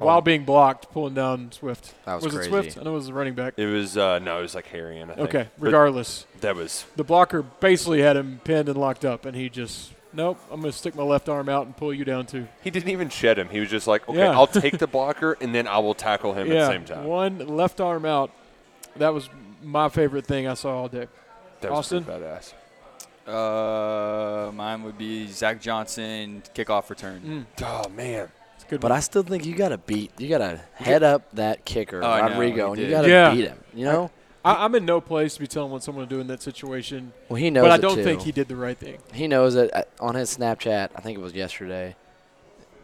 Speaker 3: Oh.
Speaker 5: while being blocked, pulling down Swift.
Speaker 6: That was
Speaker 5: was
Speaker 6: crazy.
Speaker 5: it Swift? I know it was the running back.
Speaker 3: It was, uh, no, it was like Harrion, I think.
Speaker 5: Okay.
Speaker 3: But
Speaker 5: Regardless,
Speaker 3: That was,
Speaker 5: the blocker basically had him pinned and locked up, and he just, nope. I'm gonna stick my left arm out and pull you down too.
Speaker 3: he didn't even shed him. He was just like, okay,
Speaker 5: Yeah.
Speaker 3: I'll take the blocker and then I will tackle him
Speaker 5: yeah.
Speaker 3: at the same time.
Speaker 5: One left arm out. That was my favorite thing I saw all day.
Speaker 3: That was pretty
Speaker 5: Austin?
Speaker 3: badass.
Speaker 4: Uh, mine would be Zach Johnson kickoff return.
Speaker 5: Mm.
Speaker 3: Oh, man.
Speaker 5: It's a good.
Speaker 6: But
Speaker 5: one.
Speaker 6: I still think you gotta beat. You gotta head up that kicker,
Speaker 4: Oh, I know,
Speaker 6: Rodrigo,
Speaker 4: he
Speaker 6: and you
Speaker 4: did.
Speaker 6: gotta
Speaker 5: Yeah.
Speaker 6: beat him. You know?
Speaker 5: I, I'm in no place to be telling what someone to do in that situation.
Speaker 6: Well, he knows.
Speaker 5: But I
Speaker 6: it
Speaker 5: don't
Speaker 6: too.
Speaker 5: think he did the right thing.
Speaker 6: He knows it Uh, on his Snapchat. I think it was yesterday.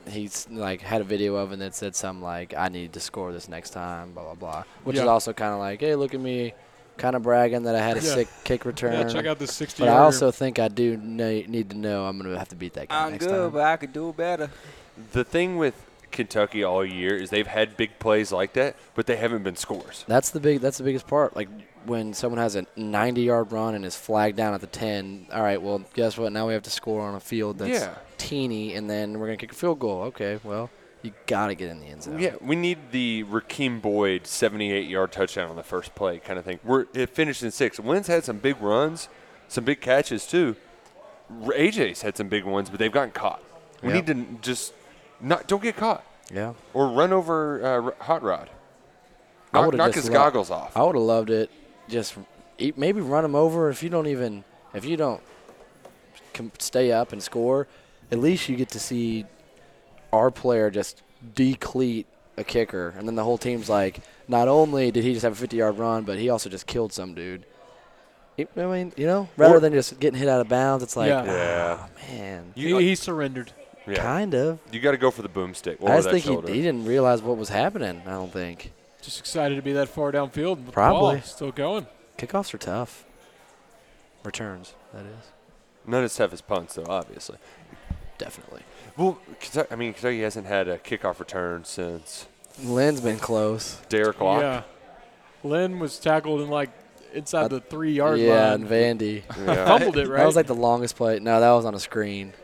Speaker 6: he's like had a video of it and it said something like, "I need to score this next time," blah blah blah, which is
Speaker 5: Yeah.
Speaker 6: also kind of like, "Hey, look at me." Kind of bragging that I had a
Speaker 5: Yeah.
Speaker 6: sick kick return,
Speaker 5: Yeah, check out this 60
Speaker 6: but I also think I do kn- need to know I'm gonna have to beat that guy
Speaker 4: I'm
Speaker 6: next
Speaker 4: good,
Speaker 6: time.
Speaker 4: but I could do better.
Speaker 3: The thing with Kentucky all year is they've had big plays like that, but they haven't been scores.
Speaker 6: That's the big. That's the biggest part. Like when someone has a 90-yard run and is flagged down at the 10. All right. Well, guess what? Now we have to score on a field that's
Speaker 3: Yeah.
Speaker 6: teeny, and then we're gonna kick a field goal. Okay. Well, you gotta get in the end zone.
Speaker 3: Yeah, we need the Raheem Boyd 78 yard touchdown on the first play kind of thing. We're it finished in six. Wynn's had some big runs, some big catches too. R- AJ's had some big ones, but they've gotten caught. We
Speaker 6: Yep.
Speaker 3: need to n- just not don't get caught
Speaker 6: Yeah.
Speaker 3: or run over uh, R- Hot Rod.
Speaker 6: I
Speaker 3: Knock,
Speaker 6: would've
Speaker 3: knock
Speaker 6: just
Speaker 3: his
Speaker 6: lo-
Speaker 3: goggles off.
Speaker 6: I would have loved it. Just e- maybe run them over if you don't even if you don't com- stay up and score. At least you get to see our player just deplete a kicker, and then the whole team's like, not only did he just have a 50-yard run, but he also just killed some dude. I I mean, you know, rather
Speaker 3: Or-
Speaker 6: than just getting hit out of bounds, it's like,
Speaker 5: Yeah.
Speaker 3: Yeah.
Speaker 6: "Ah, man,
Speaker 3: You,
Speaker 5: he, he surrendered.
Speaker 3: yeah.
Speaker 6: kind of.
Speaker 3: you got to go for the boomstick.
Speaker 6: I just think he, he didn't realize what was happening. I don't think
Speaker 5: Just excited to be that far downfield. with the
Speaker 6: Probably.
Speaker 5: ball still going.
Speaker 6: kickoffs are tough. Returns, that is
Speaker 3: Not as tough as punts, though, obviously.
Speaker 6: definitely.
Speaker 3: Well, Kentucky, I mean, Kentucky hasn't had a kickoff return since
Speaker 6: Lynn's been close.
Speaker 3: Derek Locke.
Speaker 5: Yeah. Lynn was tackled in like inside
Speaker 6: Uh,
Speaker 5: the three yard
Speaker 6: yeah,
Speaker 5: line.
Speaker 6: and Vandy.
Speaker 3: Yeah.
Speaker 5: Fumbled it right.
Speaker 6: That was like the longest play. No, that was on a screen.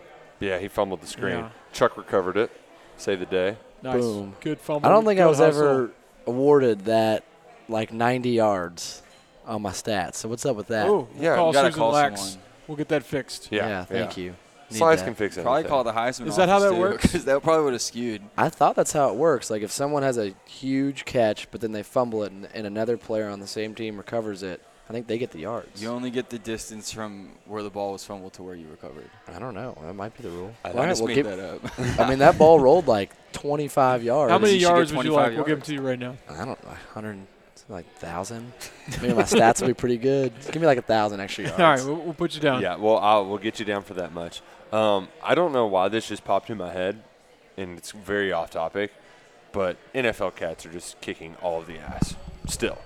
Speaker 3: Yeah, he fumbled the screen.
Speaker 5: Yeah.
Speaker 3: Chuck recovered it, saved the day.
Speaker 5: nice.
Speaker 6: boom.
Speaker 5: Good fumble.
Speaker 6: I don't think I
Speaker 5: good
Speaker 6: was
Speaker 5: hustle.
Speaker 6: ever awarded that like 90 yards on my stats. So what's up with that?
Speaker 5: Oh, we'll
Speaker 3: Yeah,
Speaker 5: call
Speaker 3: you
Speaker 4: gotta
Speaker 5: Susan
Speaker 4: call
Speaker 5: Lax.
Speaker 4: someone.
Speaker 5: We'll get that fixed.
Speaker 3: Yeah,
Speaker 6: thank you. Need
Speaker 3: Slides
Speaker 6: that.
Speaker 3: can fix it.
Speaker 4: Probably call the Heisman.
Speaker 5: Is that how
Speaker 4: office,
Speaker 5: that
Speaker 4: too,
Speaker 5: works?
Speaker 4: 'cause that probably would have skewed.
Speaker 6: I thought that's how it works. Like if someone has a huge catch, but then they fumble it, and, and another player on the same team recovers it, I think they get the yards.
Speaker 4: You only get the distance from where the ball was fumbled to where you recovered.
Speaker 6: I don't know. That might be the rule.
Speaker 4: I,
Speaker 6: All right,
Speaker 4: just made
Speaker 6: well, give-
Speaker 4: that up.
Speaker 6: I mean, that ball rolled like 25 yards.
Speaker 5: How many
Speaker 4: You should get
Speaker 5: yards would you
Speaker 4: 25
Speaker 5: like? We'll give them
Speaker 4: yards.
Speaker 5: to you right now.
Speaker 6: I don't know, 100, like 1,000. Maybe my stats will be pretty good. Just give me like a 1,000 extra yards.
Speaker 5: All right, we'll, we'll put you down.
Speaker 3: Yeah, well, I'll, we'll get you down for that much. Um, I don't know why this just popped in my head, and it's very off topic, but NFL cats are just kicking all of the ass still.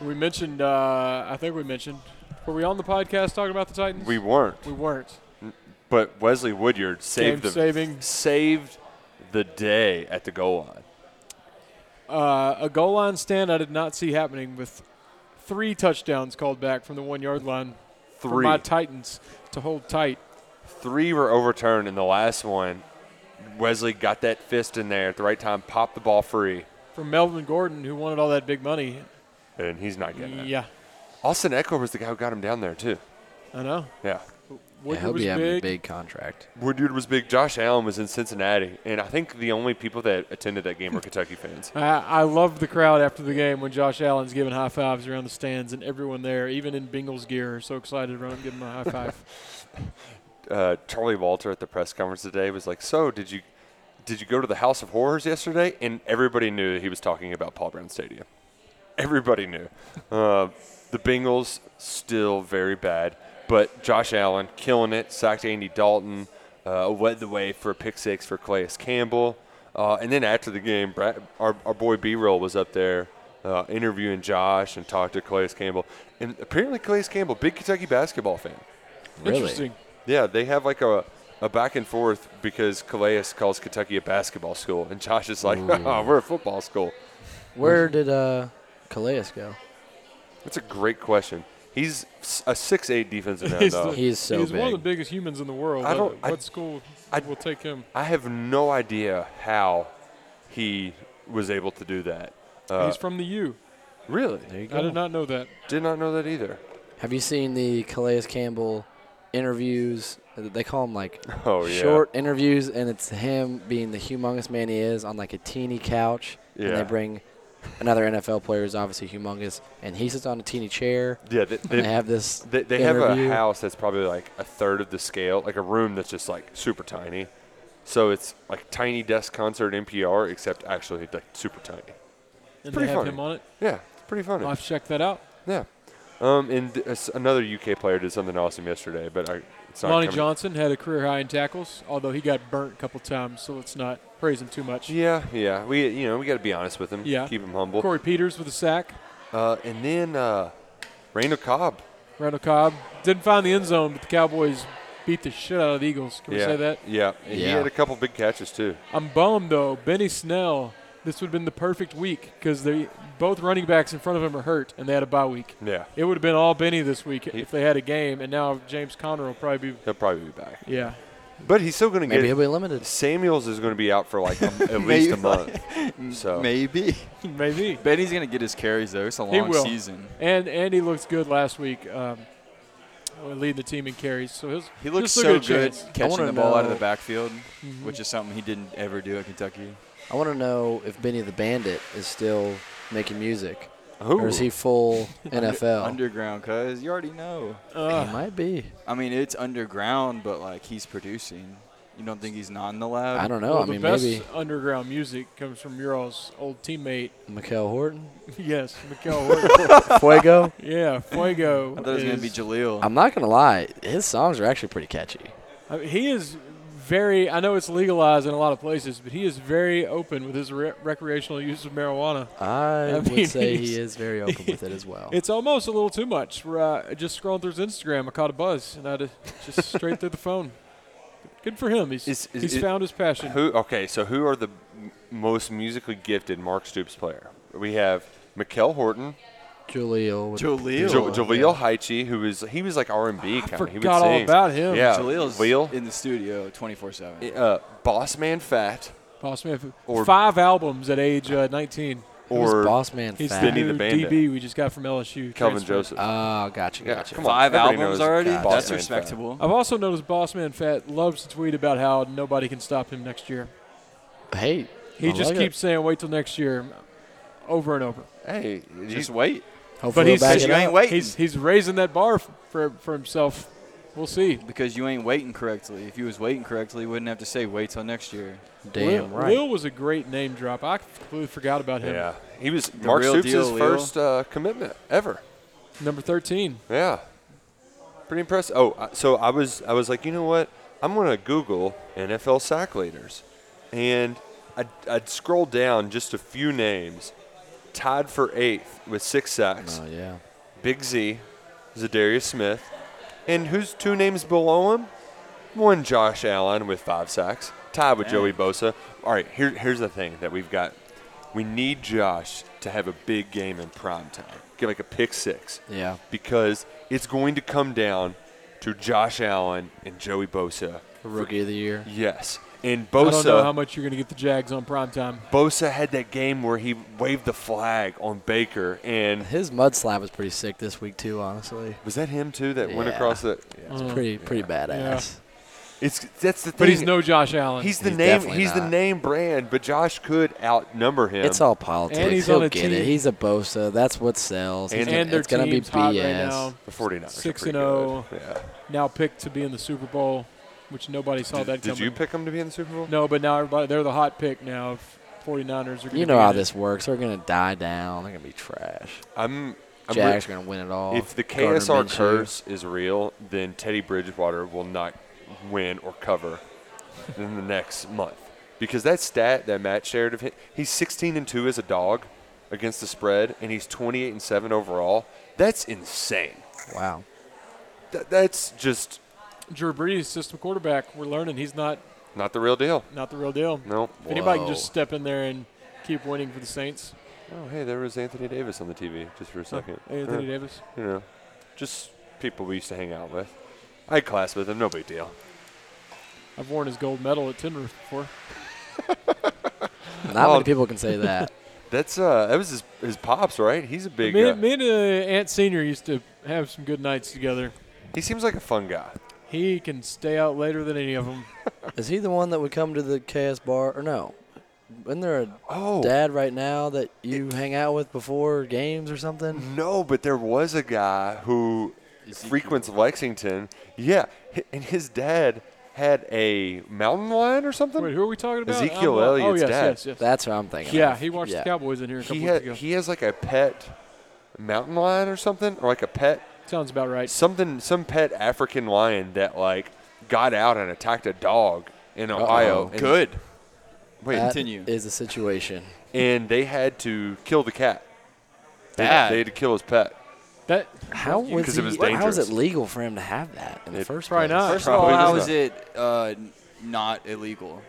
Speaker 5: We mentioned. Uh, I think we mentioned. Were we on the podcast talking about the Titans?
Speaker 3: We weren't,
Speaker 5: We weren't.
Speaker 3: but Wesley Woodyard saved the
Speaker 5: Game saving.
Speaker 3: saved the day at the goal line.
Speaker 5: Uh, a goal line stand I did not see happening with three touchdowns called back from the one yard line for
Speaker 3: Three,
Speaker 5: my Titans to hold tight.
Speaker 3: three were overturned, and the last one, Wesley got that fist in there at the right time, popped the ball free,
Speaker 5: From Melvin Gordon, who wanted all that big money.
Speaker 3: and he's not getting it.
Speaker 5: Yeah,
Speaker 3: Austin Eckler was the guy who got him down there too.
Speaker 5: I know.
Speaker 3: Yeah.
Speaker 6: I
Speaker 5: Woodard
Speaker 6: hope
Speaker 5: was
Speaker 6: you have a
Speaker 5: big.
Speaker 6: big contract.
Speaker 3: Woodard was big. Josh Allen was in Cincinnati, and I think the only people that attended that game were Kentucky fans.
Speaker 5: I, I love the crowd after the game when Josh Allen's giving high fives around the stands, and everyone there, even in Bengals gear, are so excited around giving him a high five.
Speaker 3: Uh, Charlie Walter at the press conference today was like, "So did you, did you go to the House of Horrors yesterday?" And everybody knew he was talking about Paul Brown Stadium. Everybody knew. Uh, the Bengals still very bad, but Josh Allen killing it. Sacked Andy Dalton. Uh, led the way for a pick six for Clayus Campbell. Uh, and then after the game, Brad, our, our boy B Roll was up there uh, interviewing Josh and talked to Clayus Campbell. And apparently, Clayus Campbell, big Kentucky basketball fan.
Speaker 6: Really?
Speaker 5: Interesting.
Speaker 3: Yeah, they have like a, a back and forth because Calais calls Kentucky a basketball school, and Josh is like, oh, we're a football school.
Speaker 6: Where did uh, Calais go?
Speaker 3: That's a great question. He's s- a 6'8 defensive end,
Speaker 5: He's
Speaker 3: though.
Speaker 5: the-
Speaker 6: He is so
Speaker 5: He's one of the
Speaker 6: big.
Speaker 5: biggest humans in the world.
Speaker 3: I don't-
Speaker 5: what
Speaker 3: I-
Speaker 5: what school
Speaker 3: I-
Speaker 5: will take him?
Speaker 3: I have no idea how he was able to do that. Uh,
Speaker 5: He's from the U.
Speaker 3: really?
Speaker 6: There you
Speaker 5: I
Speaker 6: go.
Speaker 5: did not know that.
Speaker 3: Did not know that either.
Speaker 6: Have you seen the Calais Campbell interviews? They call him like
Speaker 3: Oh, yeah.
Speaker 6: short interviews, and it's him being the humongous man he is on like a teeny couch. And
Speaker 3: Yeah.
Speaker 6: they bring another NFL player who's obviously humongous, and he sits on a teeny chair.
Speaker 3: Yeah, they,
Speaker 6: And they
Speaker 3: they,
Speaker 6: have this.
Speaker 3: they, they have a
Speaker 6: interview.
Speaker 3: house that's probably like a third of the scale, like a room that's just like super tiny. So it's like tiny desk concert NPR, except actually like super tiny.
Speaker 5: And
Speaker 3: Pretty
Speaker 5: they have
Speaker 3: funny.
Speaker 5: him on it.
Speaker 3: Yeah, it's pretty funny.
Speaker 5: I'll have to check that out.
Speaker 3: Yeah. Um, and uh, s- another UK player did something awesome yesterday, but I, it's not
Speaker 5: Lonnie
Speaker 3: coming-
Speaker 5: Johnson had a career high in tackles, although he got burnt a couple times, so let's not praise him too much.
Speaker 3: Yeah, yeah. We you know we got to be honest with him.
Speaker 5: Yeah.
Speaker 3: Keep him humble.
Speaker 5: Corey Peters with a sack.
Speaker 3: Uh, and then uh, Randall Cobb.
Speaker 5: Randall Cobb didn't find the end zone, but the Cowboys beat the shit out of the Eagles. Can
Speaker 3: yeah.
Speaker 5: we say that?
Speaker 3: Yeah. And He
Speaker 6: Yeah.
Speaker 3: had a couple big catches too.
Speaker 5: I'm bummed though. Benny Snell. This would have been the perfect week because they both running backs in front of him are hurt, and they had a bye week.
Speaker 3: Yeah.
Speaker 5: It would have been all Benny this week if they had a game, and now James Conner will probably be.
Speaker 3: He'll probably be back.
Speaker 5: Yeah,
Speaker 3: But he's still going to
Speaker 6: Maybe
Speaker 3: get.
Speaker 6: he'll be limited.
Speaker 3: Samuels is going to be out for like a, at least a month. So
Speaker 4: Maybe.
Speaker 5: maybe.
Speaker 4: Benny's gonna get his carries though. It's a
Speaker 5: He
Speaker 4: long
Speaker 5: will.
Speaker 4: season.
Speaker 5: And and he looks good last week. Um, lead the team in carries, so he'll,
Speaker 4: He looks so
Speaker 5: he'll still get a
Speaker 4: good
Speaker 5: chance.
Speaker 4: catching
Speaker 6: wanna
Speaker 4: the ball out of
Speaker 6: know-
Speaker 4: the backfield,
Speaker 5: Mm-hmm.
Speaker 4: which is something he didn't ever do at Kentucky.
Speaker 6: I want to know if Benny the Bandit is still making music, or
Speaker 3: who?
Speaker 6: is he full NFL?
Speaker 4: Underground, cuz you already know.
Speaker 5: uh,
Speaker 6: he might be.
Speaker 4: I mean, it's underground, but like he's producing. You don't think he's not in the lab?
Speaker 6: Oh, I don't know.
Speaker 5: Well,
Speaker 6: I mean,
Speaker 5: the best
Speaker 6: maybe
Speaker 5: underground music comes from your all's old teammate.
Speaker 6: Mikel Horton,
Speaker 5: yes, Mikel Horton.
Speaker 6: Fuego.
Speaker 5: yeah, Fuego.
Speaker 4: I thought it was gonna be
Speaker 5: is-
Speaker 4: Jaleel.
Speaker 6: I'm not gonna lie, his songs are actually pretty catchy.
Speaker 5: I mean, he is very. I know it's legalized in a lot of places, but he is very open with his re- recreational use of marijuana.
Speaker 6: I,
Speaker 5: I
Speaker 6: would
Speaker 5: mean,
Speaker 6: say
Speaker 5: he's-
Speaker 6: he is very open with it as
Speaker 4: Oh.
Speaker 6: well.
Speaker 5: It's almost a little too much. We're, uh, just scrolling through his Instagram, I caught a buzz, and I just, just straight through the phone. Good for him. He's
Speaker 3: Is- is-
Speaker 5: he's
Speaker 3: is-
Speaker 5: found his passion.
Speaker 3: Who? Okay, so who are the m- most musically gifted Mark Stoops player? We have Mikel Horton,
Speaker 6: Julio. would-
Speaker 4: Jaleel.
Speaker 3: jo- Jaleel Hychee, who was he was like R and B kind of. He would
Speaker 5: forgot all
Speaker 3: sing.
Speaker 5: about him.
Speaker 3: Yeah,
Speaker 4: Jaleel's
Speaker 3: Jaleel.
Speaker 4: in the studio 24/7.
Speaker 3: uh, Boss Man Fat
Speaker 5: Boss man,
Speaker 3: Or-
Speaker 5: five albums at age uh, 19.
Speaker 6: Who's
Speaker 3: or
Speaker 6: Boss Man
Speaker 5: He's
Speaker 6: Fat?
Speaker 3: Benny
Speaker 5: the
Speaker 3: the
Speaker 5: new
Speaker 3: Bandit.
Speaker 5: DB we just got from LSU.
Speaker 3: Calvin
Speaker 5: transfer.
Speaker 3: Joseph.
Speaker 6: Ah, gotcha,
Speaker 3: Yeah,
Speaker 6: gotcha.
Speaker 3: come on.
Speaker 4: Five
Speaker 3: Everybody
Speaker 4: albums
Speaker 3: knows
Speaker 4: already.
Speaker 3: Boss Man
Speaker 4: That's
Speaker 3: Fat.
Speaker 4: respectable.
Speaker 5: I've also noticed Bossman Fat loves to tweet about how nobody can stop him next year.
Speaker 6: Hey,
Speaker 5: He
Speaker 6: I
Speaker 5: just
Speaker 6: like it.
Speaker 5: keeps saying, "Wait till next year," over and over.
Speaker 3: Hey,
Speaker 4: Just
Speaker 3: you-
Speaker 4: wait.
Speaker 6: Hopefully
Speaker 5: But
Speaker 6: he'll
Speaker 5: he's
Speaker 6: back it
Speaker 4: you
Speaker 6: up.
Speaker 4: ain't waiting.
Speaker 5: he's he's raising that bar f- for for himself. We'll see.
Speaker 4: Because you ain't waiting correctly. If you was waiting correctly, you wouldn't have to say wait till next year.
Speaker 6: Damn
Speaker 5: Lil,
Speaker 6: right.
Speaker 5: Lil was a great name drop. I completely forgot about him.
Speaker 3: yeah, he was Mark
Speaker 4: real
Speaker 3: Stoops'
Speaker 4: deal, Leo.
Speaker 3: first uh, commitment ever.
Speaker 5: Number thirteen.
Speaker 3: Yeah, pretty impressive. Oh, I- so I was I was like, you know what? I'm gonna Google NFL sack leaders, and I'd, I'd scroll down just a few names, tied for eighth with six sacks.
Speaker 6: oh yeah.
Speaker 3: Big Z, Zadarius Smith, and who's two names below him? One Josh Allen with five sacks, tied with Joey Bosa. All right, here, here's the thing that we've got. We need Josh to have a big game in prime time, get like a pick six,
Speaker 6: Yeah.
Speaker 3: because it's going to come down to Josh Allen and Joey Bosa.
Speaker 6: Rookie of the year.
Speaker 3: Yes, and
Speaker 5: I don't know how
Speaker 3: Bosa.
Speaker 5: much you're going to get the Jags on prime time.
Speaker 3: Bosa had that game where he waved the flag on Baker, and
Speaker 6: His mud slap was pretty sick this week too. Honestly,
Speaker 3: was that him too that went
Speaker 6: Yeah.
Speaker 3: across the?
Speaker 6: it's
Speaker 5: Mm.
Speaker 6: pretty pretty badass.
Speaker 3: It's that's the thing.
Speaker 5: But he's no Josh Allen.
Speaker 3: He's the
Speaker 6: He's
Speaker 3: name.
Speaker 6: definitely
Speaker 3: He's the
Speaker 6: not.
Speaker 3: name brand, but Josh could outnumber him.
Speaker 6: It's all politics.
Speaker 5: And he's
Speaker 6: he'll
Speaker 5: on a
Speaker 6: get
Speaker 5: team-
Speaker 6: it. He's a Bosa. That's what sells.
Speaker 3: And-
Speaker 6: He's
Speaker 5: and
Speaker 6: gonna-
Speaker 5: their
Speaker 6: it's gonna be
Speaker 5: team's hot right
Speaker 6: BS.
Speaker 5: now.
Speaker 3: the 49ers. are
Speaker 5: six
Speaker 3: pretty
Speaker 5: and oh
Speaker 3: good. Yeah.
Speaker 5: Now picked to be in the Super Bowl, which nobody saw
Speaker 3: Did,
Speaker 5: that
Speaker 3: did
Speaker 5: coming.
Speaker 3: you pick him to be in the Super Bowl?
Speaker 5: No, but now everybody they're the hot pick now. If 49ers are. gonna
Speaker 6: You know
Speaker 5: be
Speaker 6: how
Speaker 5: in it.
Speaker 6: this works. They're gonna die down. They're gonna be trash.
Speaker 3: I'm. I'm re-
Speaker 6: Jags are gonna win it all.
Speaker 3: if the
Speaker 6: Gardner
Speaker 3: KSR
Speaker 6: Minshew.
Speaker 3: curse is real, then Teddy Bridgewater will not win or cover in the next month because that stat that Matt shared of him, he's 16 and two as a dog against the spread, and he's 28 and seven overall. That's insane.
Speaker 6: wow,
Speaker 3: That, that's just
Speaker 5: Drew Brees, system quarterback. We're learning he's not
Speaker 3: not the real deal.
Speaker 5: not the real deal.
Speaker 3: Nope.
Speaker 5: If anybody can just
Speaker 6: Whoa.
Speaker 5: step in there and keep winning for the Saints,
Speaker 3: Oh, hey, there was Anthony Davis on the TV just for a second.
Speaker 5: Anthony
Speaker 3: Yeah,
Speaker 5: Davis.
Speaker 3: You know, just people we used to hang out with. I had class with him, no big deal.
Speaker 5: I've worn his gold medal at Tinroof before.
Speaker 6: not many people can say that.
Speaker 3: That's uh, that was his, his pops, right? He's a big.
Speaker 5: Me,
Speaker 3: uh,
Speaker 5: me and uh, Aunt Senior used to have some good nights together.
Speaker 3: He seems like a fun guy.
Speaker 5: He can stay out later than any of them.
Speaker 6: Is he the one that would come to the KS bar or no? Isn't there a
Speaker 3: Oh
Speaker 6: dad right now that you hang out with before games or something?
Speaker 3: no, but there was a guy who frequents Lexington. Yeah, hi- and his dad had a mountain lion or something.
Speaker 5: Wait, who are we talking about?
Speaker 3: Ezekiel
Speaker 5: I'm, uh, Oh,
Speaker 3: Elliott's
Speaker 5: yes,
Speaker 3: dad.
Speaker 5: yes, yes.
Speaker 6: That's what I'm thinking.
Speaker 5: yeah,
Speaker 6: of.
Speaker 5: he watched the Cowboys in here a couple
Speaker 3: he
Speaker 5: weeks
Speaker 3: had
Speaker 5: ago.
Speaker 3: he has like a pet mountain lion or something, or like a pet
Speaker 5: Sounds about right.
Speaker 3: something some pet African lion that like got out and attacked a dog in Ohio. and-
Speaker 4: Good.
Speaker 3: Wait,
Speaker 6: That
Speaker 4: Continue.
Speaker 6: is the situation.
Speaker 3: and they had to kill the cat. They,
Speaker 4: Bad.
Speaker 3: they had to kill his pet.
Speaker 5: That
Speaker 6: How was,
Speaker 3: 'Cause
Speaker 6: he,
Speaker 3: it was
Speaker 6: how is
Speaker 3: dangerous.
Speaker 6: it legal for him to have that in the
Speaker 3: It-
Speaker 6: first
Speaker 5: probably
Speaker 6: place?
Speaker 5: not.
Speaker 4: First of all,
Speaker 3: Probably
Speaker 4: how
Speaker 3: not.
Speaker 4: is it uh, n- not illegal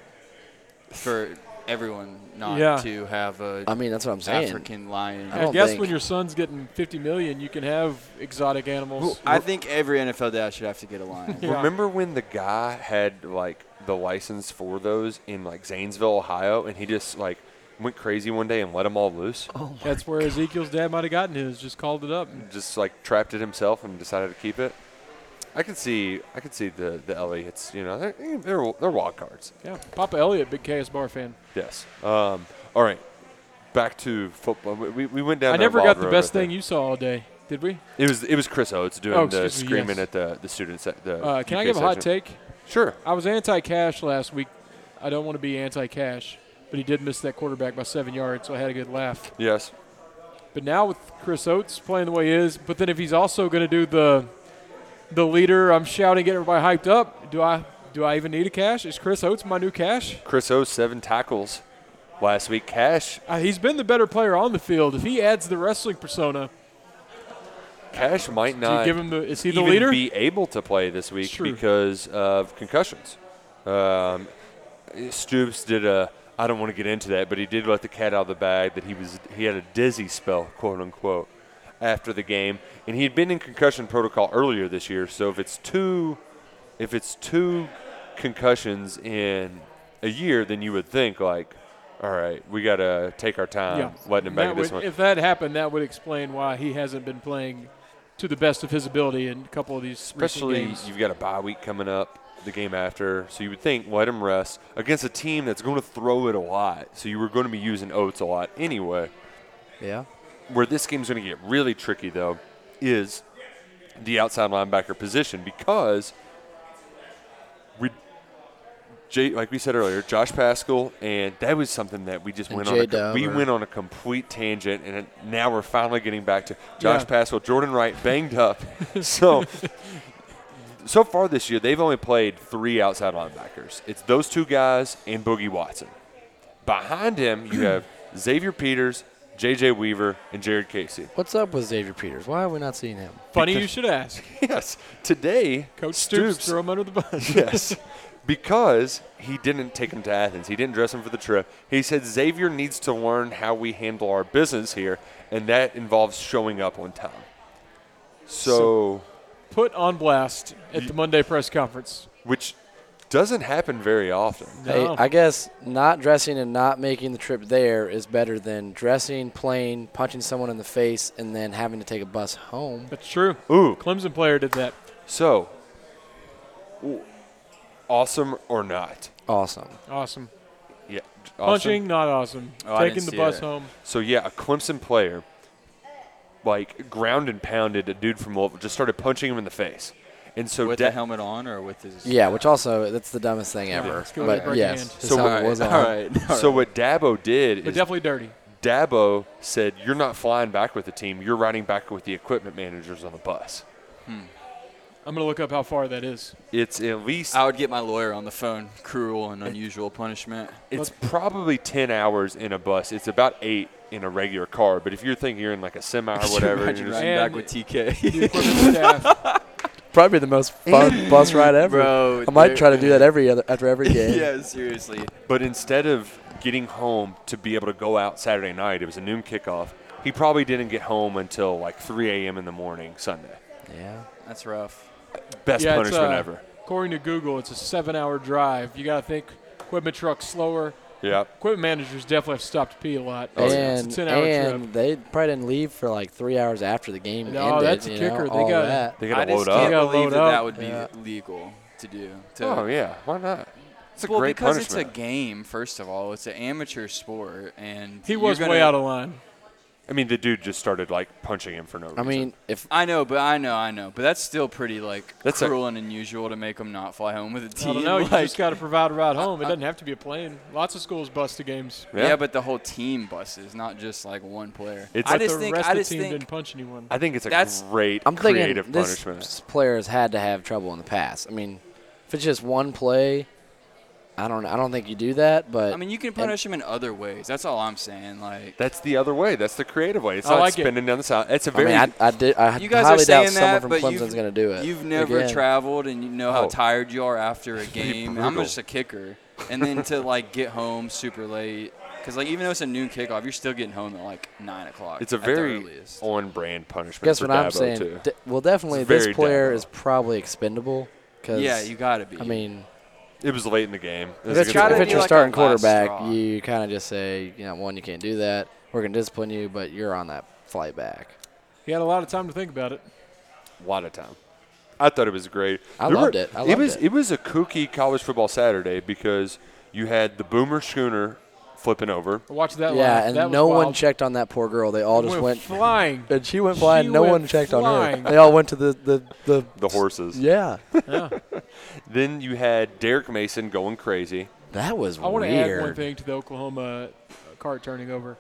Speaker 4: for everyone not
Speaker 5: Yeah.
Speaker 4: to have a
Speaker 6: I mean, that's what I'm saying.
Speaker 4: African lion?
Speaker 6: I
Speaker 5: I,
Speaker 6: don't
Speaker 5: guess
Speaker 6: think-
Speaker 5: when your son's getting 50 million, you can have exotic animals.
Speaker 4: I think every NFL dad should have to get a lion.
Speaker 5: Yeah.
Speaker 3: Remember when the guy had like the license for those in like Zanesville, Ohio, and he just like went crazy one day and let them all loose,
Speaker 4: Oh.
Speaker 5: That's where Ezekiel's dad might have gotten his. Just called it up.
Speaker 3: just like trapped it himself and decided to keep it. I could see, I could see the the Elliots. You know, they're they're, they're wild cards.
Speaker 5: Yeah, Papa Elliott, big KS Bar fan.
Speaker 3: Yes. Um, all right. Back to football. We, we- we went down.
Speaker 5: I
Speaker 3: that
Speaker 5: never
Speaker 3: wild
Speaker 5: got the
Speaker 3: road
Speaker 5: best
Speaker 3: right
Speaker 5: thing you saw all day, did we?
Speaker 3: there. It was it was Chris Oates doing
Speaker 5: Oh,
Speaker 3: the
Speaker 5: excuse me,
Speaker 3: screaming
Speaker 5: yes.
Speaker 3: at the the students. At the
Speaker 5: Uh, can I
Speaker 3: UK
Speaker 5: give a hot
Speaker 3: section.
Speaker 5: take?
Speaker 3: Sure.
Speaker 5: I was anti-cash last week. I don't want to be anti-cash, but he did miss that quarterback by seven yards, so I had a good laugh.
Speaker 3: Yes.
Speaker 5: But now with Chris Oates playing the way he is, but then if he's also going to do the the leader, I'm shouting, get everybody hyped up. Do I do I even need a cash? Is Chris Oates my new cash?
Speaker 3: Chris Oates seven tackles last week. Cash
Speaker 5: Uh, he's been the better player on the field. If he adds the wrestling persona,
Speaker 3: Cash might
Speaker 5: do
Speaker 3: not
Speaker 5: you give him the? Is he the
Speaker 3: even
Speaker 5: leader?
Speaker 3: be able to play this week
Speaker 5: Sure.
Speaker 3: because of concussions. Um, Stoops did a. I don't want to get into that, but he did let the cat out of the bag that he was he had a dizzy spell, quote unquote, after the game, and he had been in concussion protocol earlier this year. So if it's two, if it's two concussions in a year, then you would think like, all right, we got to take our time letting him back
Speaker 5: That
Speaker 3: Uh, in this
Speaker 5: would-
Speaker 3: one.
Speaker 5: If that happened, that would explain why he hasn't been playing to the best of his ability in a couple of these
Speaker 3: Especially
Speaker 5: recent games.
Speaker 3: you've got a bye week coming up, the game after, so you would think let him rest against a team that's going to throw it a lot. So you were going to be using Oates a lot anyway.
Speaker 6: Yeah.
Speaker 3: Where this game's going to get really tricky though is the outside linebacker position because we, Jay, like we said earlier, Josh Pascal, and that was something that we just
Speaker 6: And
Speaker 3: went on. A,
Speaker 6: J-Dub
Speaker 3: com- we
Speaker 6: or-
Speaker 3: went on a complete tangent, and it- now we're finally getting back to Josh
Speaker 5: Yeah.
Speaker 3: Pascal, Jordan Wright banged up, so. So far this year, they've only played three outside linebackers. It's those two guys and Boogie Watson. Behind him, you have Xavier Peters, J.J. Weaver, and Jared Casey.
Speaker 6: What's up with Xavier Peters? Why are we not seeing him?
Speaker 5: Funny you should ask.
Speaker 3: Yes, today,
Speaker 5: Coach Stoops, throw him under the bus.
Speaker 3: yes, because he didn't take him to Athens. He didn't dress him for the trip. He said Xavier needs to learn how we handle our business here, and that involves showing up on time. So,
Speaker 5: Put on blast at the Monday press conference.
Speaker 3: which doesn't happen very often.
Speaker 6: Hey,
Speaker 5: No.
Speaker 6: I guess not dressing and not making the trip there is better than dressing, playing, punching someone in the face, and then having to take a bus home.
Speaker 5: That's true.
Speaker 3: Ooh.
Speaker 5: Clemson player did that.
Speaker 3: So, w- awesome or not?
Speaker 6: Awesome.
Speaker 5: Awesome.
Speaker 3: Yeah, awesome.
Speaker 5: Punching, not awesome.
Speaker 4: Oh, I didn't
Speaker 5: Taking the
Speaker 4: see
Speaker 5: bus
Speaker 4: that.
Speaker 5: home.
Speaker 3: So yeah, a Clemson player, like ground and pounded a dude from Louisville, just started punching him in the face, and so
Speaker 4: with
Speaker 3: da-
Speaker 4: the helmet on or with his
Speaker 6: Yeah, which also that's the dumbest thing ever.
Speaker 5: it's good
Speaker 6: But
Speaker 5: breaking
Speaker 6: yes,
Speaker 5: hand.
Speaker 6: his
Speaker 3: So
Speaker 6: helmet
Speaker 3: all right,
Speaker 6: was on.
Speaker 4: All right. all
Speaker 3: So what Dabo did
Speaker 5: But
Speaker 3: is
Speaker 5: definitely dirty.
Speaker 3: Dabo said, "You're not flying back with the team. You're riding back with the equipment managers on the bus."
Speaker 5: I'm going to look up how far that is.
Speaker 3: It's at least
Speaker 4: I would get my lawyer on the phone. Cruel and unusual punishment.
Speaker 3: it's probably ten hours in a bus. It's about eight in a regular car. But if you're thinking you're in like a semi or whatever,
Speaker 4: Imagine
Speaker 3: you're just,
Speaker 4: riding back
Speaker 5: And-
Speaker 4: with
Speaker 5: The
Speaker 4: TK.
Speaker 5: equipment staff.
Speaker 6: Probably the most fun bus ride ever.
Speaker 4: Bro,
Speaker 6: I might
Speaker 4: they're-
Speaker 6: try to do that every other after every game.
Speaker 4: yeah, seriously.
Speaker 3: but instead of getting home to be able to go out Saturday night, it was a noon kickoff. He probably didn't get home until like 3 a.m. in the morning Sunday.
Speaker 6: yeah.
Speaker 4: That's rough.
Speaker 3: Best
Speaker 5: Yeah, it's,
Speaker 3: punishment
Speaker 5: uh,
Speaker 3: ever.
Speaker 5: According to Google, it's a seven-hour drive. You got to think equipment truck slower.
Speaker 3: Yeah.
Speaker 5: Equipment managers definitely have to stop to pee a lot.
Speaker 3: Oh, yeah.
Speaker 6: and
Speaker 5: It's a 10-hour
Speaker 6: and they probably didn't leave for like three hours after the game
Speaker 5: No,
Speaker 6: ended.
Speaker 5: that's a
Speaker 6: you know,
Speaker 5: kicker. They
Speaker 6: all
Speaker 5: gotta-
Speaker 6: that.
Speaker 3: They
Speaker 4: I
Speaker 3: got to
Speaker 4: just
Speaker 3: load
Speaker 4: can't
Speaker 3: up.
Speaker 5: up.
Speaker 4: believe
Speaker 5: Gotta
Speaker 4: that
Speaker 5: load
Speaker 4: that
Speaker 5: up.
Speaker 4: would be
Speaker 6: Yeah.
Speaker 4: legal to do. To
Speaker 3: Oh, yeah. Why not? It's a
Speaker 4: well,
Speaker 3: great
Speaker 4: because
Speaker 3: punishment.
Speaker 4: it's a game. First of all, it's an amateur sport, and
Speaker 5: He
Speaker 4: you're
Speaker 5: was
Speaker 4: gonna-
Speaker 5: way out of line.
Speaker 3: I mean, the dude just started like punching him for no reason.
Speaker 6: I mean, if
Speaker 4: I know, but I know, I know, but that's still pretty like
Speaker 3: That's a-
Speaker 4: cruel and unusual to make them not fly home with a
Speaker 5: I
Speaker 4: team.
Speaker 5: don't know. You
Speaker 4: like-
Speaker 5: just got to provide a ride home. It doesn't have to be a plane. Lots of schools bust the games.
Speaker 4: yeah.
Speaker 3: Yeah.
Speaker 4: but the whole team buses, not just like one player.
Speaker 3: it's
Speaker 5: But
Speaker 3: a-
Speaker 5: the
Speaker 7: just think-
Speaker 5: rest
Speaker 7: I
Speaker 5: of the
Speaker 7: just
Speaker 5: team
Speaker 7: think-
Speaker 5: didn't punch anyone.
Speaker 3: I think it's a
Speaker 4: that's-
Speaker 3: great
Speaker 6: I'm thinking
Speaker 3: creative
Speaker 6: this
Speaker 3: punishment.
Speaker 6: s- player's had to have trouble in the past. I mean, if it's just one play, I don't I don't think you do that. But
Speaker 4: I mean, you can punish them in other ways. That's all I'm saying. Like
Speaker 3: That's the other way. That's the creative way. It's
Speaker 5: I
Speaker 3: not
Speaker 5: like it.
Speaker 3: spinning down the side. It's a
Speaker 6: I
Speaker 3: very.
Speaker 6: mean, I, I did. I
Speaker 4: you guys
Speaker 6: highly
Speaker 4: are saying
Speaker 6: doubt
Speaker 4: that,
Speaker 6: someone
Speaker 4: but
Speaker 6: from
Speaker 4: you've,
Speaker 6: Clemson's going to do it.
Speaker 4: You've never
Speaker 6: Again.
Speaker 4: traveled, and you know how
Speaker 3: Oh.
Speaker 4: tired you are after a game. I'm
Speaker 3: brutal.
Speaker 4: just a kicker, and then to like get home super late, because like even though it's a noon kickoff, you're still getting home at like nine o'clock.
Speaker 3: it's a
Speaker 4: at the
Speaker 3: very
Speaker 4: earliest.
Speaker 3: on-brand punishment.
Speaker 6: Guess
Speaker 3: for
Speaker 6: what I'm
Speaker 3: Dabo,
Speaker 6: saying?
Speaker 3: too.
Speaker 6: De- well, definitely
Speaker 3: It's
Speaker 6: this
Speaker 3: very
Speaker 6: player
Speaker 3: Dabo.
Speaker 6: is probably expendable. Cause,
Speaker 4: yeah, you gotta be.
Speaker 6: I mean,
Speaker 3: It was late in the game. It
Speaker 6: if
Speaker 3: was
Speaker 6: it's,
Speaker 3: against
Speaker 4: gotta
Speaker 6: if
Speaker 3: the
Speaker 6: it's
Speaker 4: be
Speaker 6: your
Speaker 4: like a
Speaker 6: starting
Speaker 4: last
Speaker 6: quarterback,
Speaker 4: straw.
Speaker 6: you kind of just say, you know, one, you can't do that. We're going to discipline you, but you're on that flight back.
Speaker 5: He had a lot of time to think about it.
Speaker 3: a lot of time. I thought it was great.
Speaker 6: I loved it. I
Speaker 3: it
Speaker 6: loved
Speaker 3: was
Speaker 6: it.
Speaker 3: it was a kooky college football Saturday because you had the Boomer Schooner flipping over.
Speaker 5: I watched that live.
Speaker 6: yeah,
Speaker 5: That
Speaker 6: and
Speaker 5: was
Speaker 6: no one
Speaker 5: wild.
Speaker 6: checked on that poor girl. They all just
Speaker 5: Went
Speaker 6: went.
Speaker 5: flying.
Speaker 6: and she went flying.
Speaker 5: She
Speaker 6: no
Speaker 5: went
Speaker 6: one checked on
Speaker 5: flying.
Speaker 6: her. They all went to the the the.
Speaker 3: The horses.
Speaker 6: Yeah,
Speaker 3: Then you had Derek Mason going crazy.
Speaker 6: that was
Speaker 5: I want to
Speaker 6: weird.
Speaker 5: add one thing to the Oklahoma uh, cart turning over.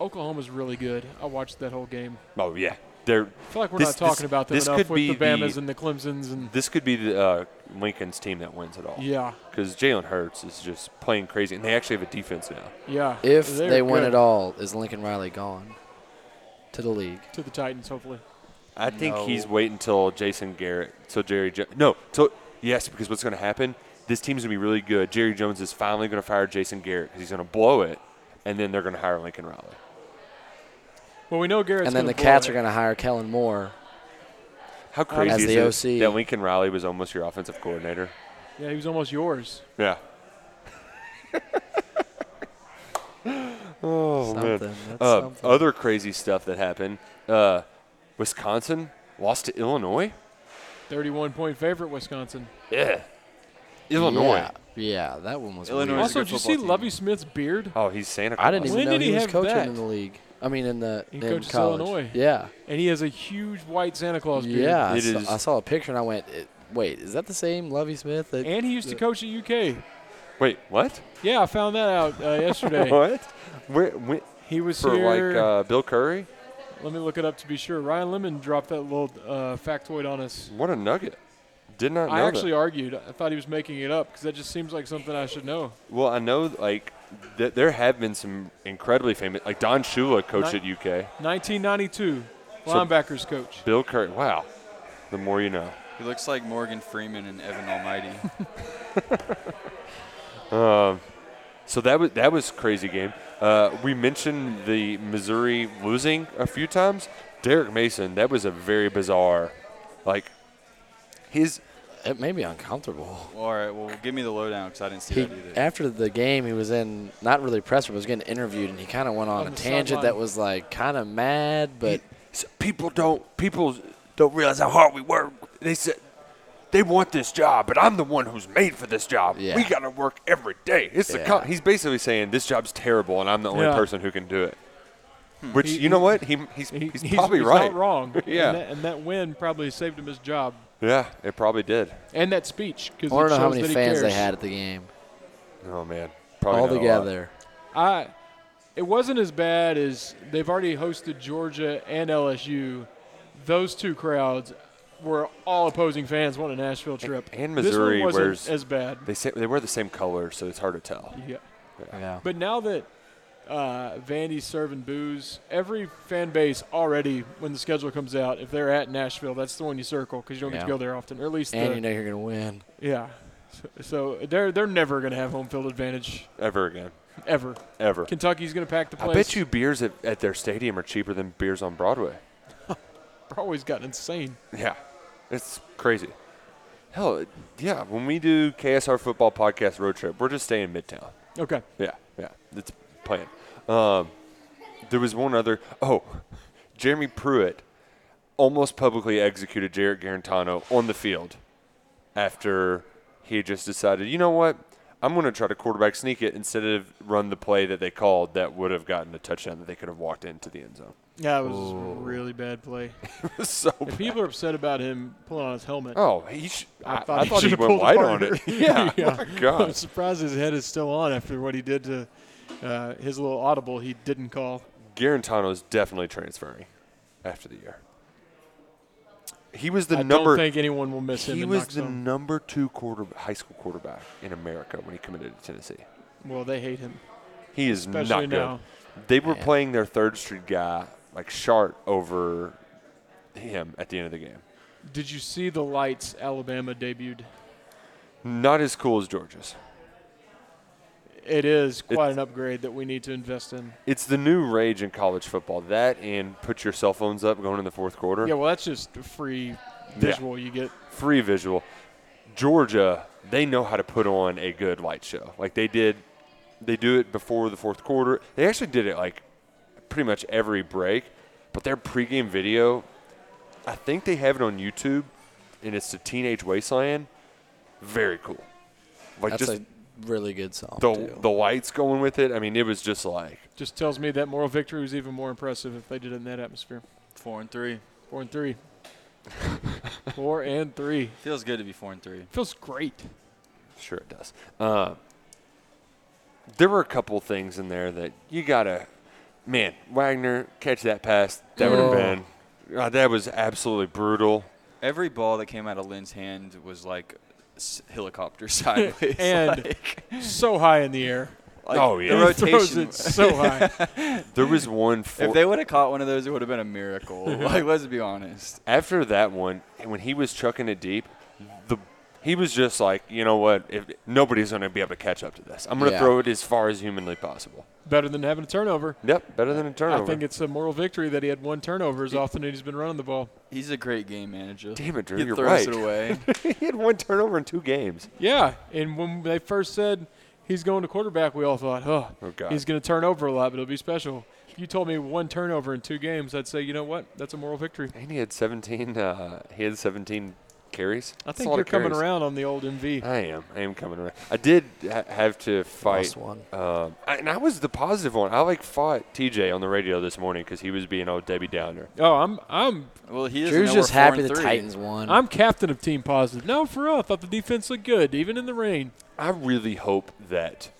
Speaker 5: Oklahoma's really good. I watched that whole game.
Speaker 3: Oh yeah, They're,
Speaker 5: I feel like we're
Speaker 3: This-
Speaker 5: not talking
Speaker 3: this-
Speaker 5: about them
Speaker 3: this
Speaker 5: enough
Speaker 3: could
Speaker 5: with the
Speaker 3: be
Speaker 5: Bama's
Speaker 3: the-
Speaker 5: and the Clemsons and
Speaker 3: this could be the uh, Lincoln's team that wins it all.
Speaker 5: yeah,
Speaker 3: because Jalen Hurts is just playing crazy, and they actually have a defense now.
Speaker 5: yeah.
Speaker 6: If
Speaker 5: They're
Speaker 6: they win
Speaker 5: good.
Speaker 6: at all, is Lincoln Riley gone to the league?
Speaker 5: to the Titans, hopefully.
Speaker 3: I think
Speaker 4: No.
Speaker 3: he's waiting until Jason Garrett, so Jerry. Jo- no, till yes, because what's going to happen? This team's going to be really good. Jerry Jones is finally going to fire Jason Garrett because he's going to blow it, and then they're going to hire Lincoln Riley.
Speaker 5: Well, we know Garrett's
Speaker 6: and then
Speaker 5: gonna
Speaker 6: the
Speaker 5: blow
Speaker 6: Cats
Speaker 5: it.
Speaker 6: are going to hire Kellen Moore.
Speaker 3: How crazy
Speaker 6: As
Speaker 3: is
Speaker 6: the
Speaker 3: it
Speaker 6: OC.
Speaker 3: that Lincoln Riley was almost your offensive coordinator?
Speaker 5: Yeah, he was almost yours.
Speaker 3: Yeah. oh man.
Speaker 6: Something. That's
Speaker 3: Uh,
Speaker 6: something.
Speaker 3: other crazy stuff that happened. Uh, Wisconsin lost to Illinois.
Speaker 5: Thirty-one point favorite, Wisconsin.
Speaker 3: Yeah. Illinois.
Speaker 6: Yeah, yeah that one was.
Speaker 4: Illinois
Speaker 6: Weird.
Speaker 4: is a
Speaker 5: also,
Speaker 4: good
Speaker 5: did you
Speaker 4: football
Speaker 5: see
Speaker 4: team.
Speaker 5: Lovey Smith's beard?
Speaker 3: Oh, he's Santa Claus.
Speaker 6: I didn't even
Speaker 5: When
Speaker 6: know
Speaker 5: did
Speaker 6: he,
Speaker 5: he
Speaker 6: was
Speaker 5: have
Speaker 6: coaching
Speaker 5: that?
Speaker 6: in the league. I mean, in the
Speaker 5: He
Speaker 6: in
Speaker 5: coaches
Speaker 6: college.
Speaker 5: Illinois.
Speaker 6: Yeah,
Speaker 5: And he has a huge white Santa Claus beard.
Speaker 6: yeah. I,
Speaker 3: It
Speaker 6: saw,
Speaker 3: is-
Speaker 6: I saw a picture and I went, it, "Wait, is that the same Lovey Smith?" That,
Speaker 5: And he used to coach at UK.
Speaker 3: Wait, what?
Speaker 5: Yeah, I found that out uh, yesterday.
Speaker 3: What? Where, when,
Speaker 5: he was
Speaker 3: for
Speaker 5: here.
Speaker 3: like uh, Bill Curry?
Speaker 5: Let me look it up to be sure. Ryan Lemon dropped that little uh, factoid on us.
Speaker 3: What a nugget. Did not know.
Speaker 5: I actually
Speaker 3: that.
Speaker 5: argued. I thought he was making it up because that just seems like something I should know.
Speaker 3: Well, I know like th- there have been some incredibly famous like Don Shula coached
Speaker 5: Not-
Speaker 3: at UK.
Speaker 5: 1992,
Speaker 3: So-
Speaker 5: linebackers coach.
Speaker 3: Bill Curry. Wow. The more you know.
Speaker 4: he looks like Morgan Freeman and Evan Almighty.
Speaker 3: So that was that was crazy game. Uh, we mentioned the Missouri losing a few times. Derek Mason, that was a very bizarre, like his
Speaker 6: it made me uncomfortable.
Speaker 4: well, all right, well, give me the lowdown because I didn't see
Speaker 6: He,
Speaker 4: that either.
Speaker 6: after the game, he was in not really press, but was getting interviewed, and he kind of went on,
Speaker 5: On
Speaker 6: a
Speaker 5: the
Speaker 6: tangent
Speaker 5: sideline.
Speaker 6: that was like kind of mad, but
Speaker 3: s- people don't people don't realize how hard we work. They said they want this job, but I'm the one who's made for this job.
Speaker 6: Yeah.
Speaker 3: We gotta work every day. It's the
Speaker 6: Yeah.
Speaker 3: co- he's basically saying this job's terrible, and I'm the only
Speaker 5: Yeah. Hmm.
Speaker 3: person who can do it. Which
Speaker 5: He-
Speaker 3: you know what he, he's,
Speaker 5: He-
Speaker 3: he's probably
Speaker 5: he's
Speaker 3: right.
Speaker 5: Not wrong.
Speaker 3: Yeah.
Speaker 5: And that, and that win probably saved him his job
Speaker 3: Yeah, it probably did.
Speaker 5: and that speech because
Speaker 6: I want to know how
Speaker 5: that
Speaker 6: many
Speaker 5: he
Speaker 6: fans they
Speaker 5: cares.
Speaker 6: had at the game
Speaker 3: Oh man, probably
Speaker 6: all
Speaker 3: not a lot.
Speaker 6: together.
Speaker 5: I, it wasn't as bad as they've already hosted Georgia and LSU. Those two crowds were all opposing fans on a Nashville trip.
Speaker 3: and
Speaker 5: this
Speaker 3: Missouri
Speaker 5: one wasn't
Speaker 3: wears-
Speaker 5: as bad.
Speaker 3: They say they wear the same color, so it's hard to tell.
Speaker 5: Yeah.
Speaker 6: Yeah.
Speaker 5: But now that uh, Vandy's serving booze, every fan base already, when the schedule comes out, if they're at Nashville, that's the one you circle because you don't get
Speaker 6: Yeah.
Speaker 5: to go there often, or at least
Speaker 6: And
Speaker 5: the,
Speaker 6: you know you're gonna win.
Speaker 5: yeah. So, so they're they're never going to have home field advantage
Speaker 3: Ever again,
Speaker 5: ever.
Speaker 3: ever.
Speaker 5: Kentucky's going to pack the place.
Speaker 3: I bet you beers at, at their stadium are cheaper than beers on Broadway.
Speaker 5: Broadway's gotten insane.
Speaker 3: Yeah, it's crazy. Hell, it- yeah. When we do KSR football podcast road trip, we're just staying midtown.
Speaker 5: Okay.
Speaker 3: Yeah, yeah. It's planned. Um, there was one other. Oh, Jeremy Pruitt almost publicly executed Jarrett Garantano on the field after he just decided, you know what, I'm going to try to quarterback sneak it instead of run the play that they called that would have gotten a touchdown that they could have walked into the end zone.
Speaker 5: Yeah, it was a really bad play.
Speaker 3: so,
Speaker 5: If people are upset about him pulling on his helmet,
Speaker 3: oh, he sh- I, I thought he,
Speaker 5: should have
Speaker 3: went
Speaker 5: pulled
Speaker 3: wide on
Speaker 5: harder.
Speaker 3: it. Yeah, my
Speaker 5: I'm
Speaker 3: God.
Speaker 5: surprised his head is still on after what he did to uh, his little audible he didn't call.
Speaker 3: Garantano is definitely transferring after the year. He was the
Speaker 5: I
Speaker 3: number.
Speaker 5: don't think anyone will miss him.
Speaker 3: he
Speaker 5: in
Speaker 3: was the
Speaker 5: Knoxville.
Speaker 3: number two quarter high school quarterback in America when he committed to Tennessee.
Speaker 5: well, they hate him.
Speaker 3: He is
Speaker 5: Especially
Speaker 3: not good.
Speaker 5: now.
Speaker 3: They were playing their third street guy like Shart over him at the end of the game.
Speaker 5: Did you see the lights Alabama debuted?
Speaker 3: Not as cool as Georgia's.
Speaker 5: It is quite
Speaker 3: It's-
Speaker 5: an upgrade that we need to invest in.
Speaker 3: It's the new rage in college football. That and put your cell phones up going in the fourth quarter.
Speaker 5: Yeah, well, that's just a free visual you get.
Speaker 3: Free visual. Georgia, they know how to put on a good light show. Like they did, they do it before the fourth quarter. They actually did it like pretty much every break. But their pregame video, I think they have it on YouTube, and it's the Teenage Wasteland. Very cool. Like
Speaker 6: That's
Speaker 3: just
Speaker 6: a really good song.
Speaker 3: the
Speaker 6: too.
Speaker 3: the lights going with it. I mean, it was just like
Speaker 5: Just tells me that moral victory was even more impressive if they did it in that atmosphere.
Speaker 4: Four and three.
Speaker 5: Four and three. Four and three.
Speaker 4: Feels good to be four and three.
Speaker 5: Feels great.
Speaker 3: Sure, it does. Uh, there were a couple things in there that you gotta, man. Wagner catch that pass. That would have
Speaker 6: Oh.
Speaker 3: been. uh, that was absolutely brutal.
Speaker 4: Every ball that came out of Lynn's hand was like s- helicopter sideways.
Speaker 5: And
Speaker 4: like,
Speaker 5: so high in the air.
Speaker 4: like
Speaker 3: Oh, yeah.
Speaker 4: the
Speaker 5: He throws
Speaker 4: rotation.
Speaker 5: it so high.
Speaker 3: There was one. For,
Speaker 4: If they would have caught one of those, it would have been a miracle. like, let's be honest.
Speaker 3: after that one, when he was chucking it deep, the he was just like, you know what? If nobody's gonna be able to catch up to this, I'm gonna
Speaker 6: Yeah.
Speaker 3: throw it as far as humanly possible.
Speaker 5: Better than having a turnover.
Speaker 3: Yep, better than a turnover.
Speaker 5: I think it's a moral victory that he had one turnover as often as he's been running the ball.
Speaker 4: He's a great game manager.
Speaker 3: Damn it, Drew,
Speaker 4: He
Speaker 3: you're
Speaker 4: throws
Speaker 3: right.
Speaker 4: it away.
Speaker 3: he had one turnover in two games.
Speaker 5: Yeah, and when they first said he's going to quarterback, we all thought, oh,
Speaker 3: Oh, God.
Speaker 5: he's going to turn over a lot, but it'll be special. If you told me one turnover in two games, I'd say, you know what? That's a moral victory.
Speaker 3: And he had 17. Uh, he had 17 carries.
Speaker 5: I
Speaker 3: That's a
Speaker 5: think
Speaker 3: lot
Speaker 5: you're
Speaker 3: of carries. Uh,
Speaker 5: coming around on the old MV.
Speaker 3: I am. I am coming around. I did ha- have to fight.
Speaker 6: Lost one.
Speaker 3: Um, I, and I was the positive one. I like fought TJ on the radio this morning because he was being old Debbie Downer.
Speaker 5: Oh, I'm I'm
Speaker 4: well, he doesn't
Speaker 6: Drew's
Speaker 4: know
Speaker 6: just
Speaker 4: we're four
Speaker 6: happy
Speaker 4: and
Speaker 6: the
Speaker 4: three.
Speaker 6: Titans won.
Speaker 5: I'm captain of team positive. No, for real, I thought the defense looked good, even in the rain.
Speaker 3: I really hope that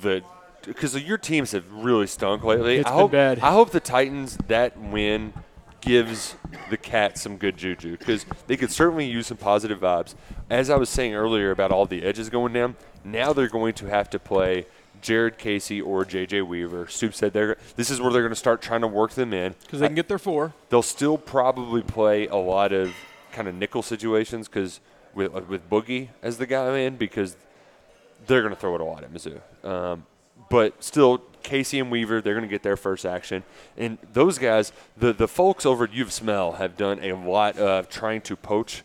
Speaker 3: the because your teams have really stunk lately.
Speaker 5: It's
Speaker 3: I
Speaker 5: been
Speaker 3: hope,
Speaker 5: bad.
Speaker 3: I hope the Titans that win gives the Cats some good juju because they could certainly use some positive vibes. As I was saying earlier about all the edges going down, now they're going to have to play Jared Casey or JJ Weaver. Stoop said they're this is where they're going to start trying to work them in
Speaker 5: Because they can get their four.
Speaker 3: they'll still probably play a lot of kind of nickel situations because with with Boogie as the guy in because they're going to throw it a lot at Mizzou. Um, but still, Casey and Weaver, they're going to get their first action, and those guys, the the folks over at U of Smell have done a lot of trying to poach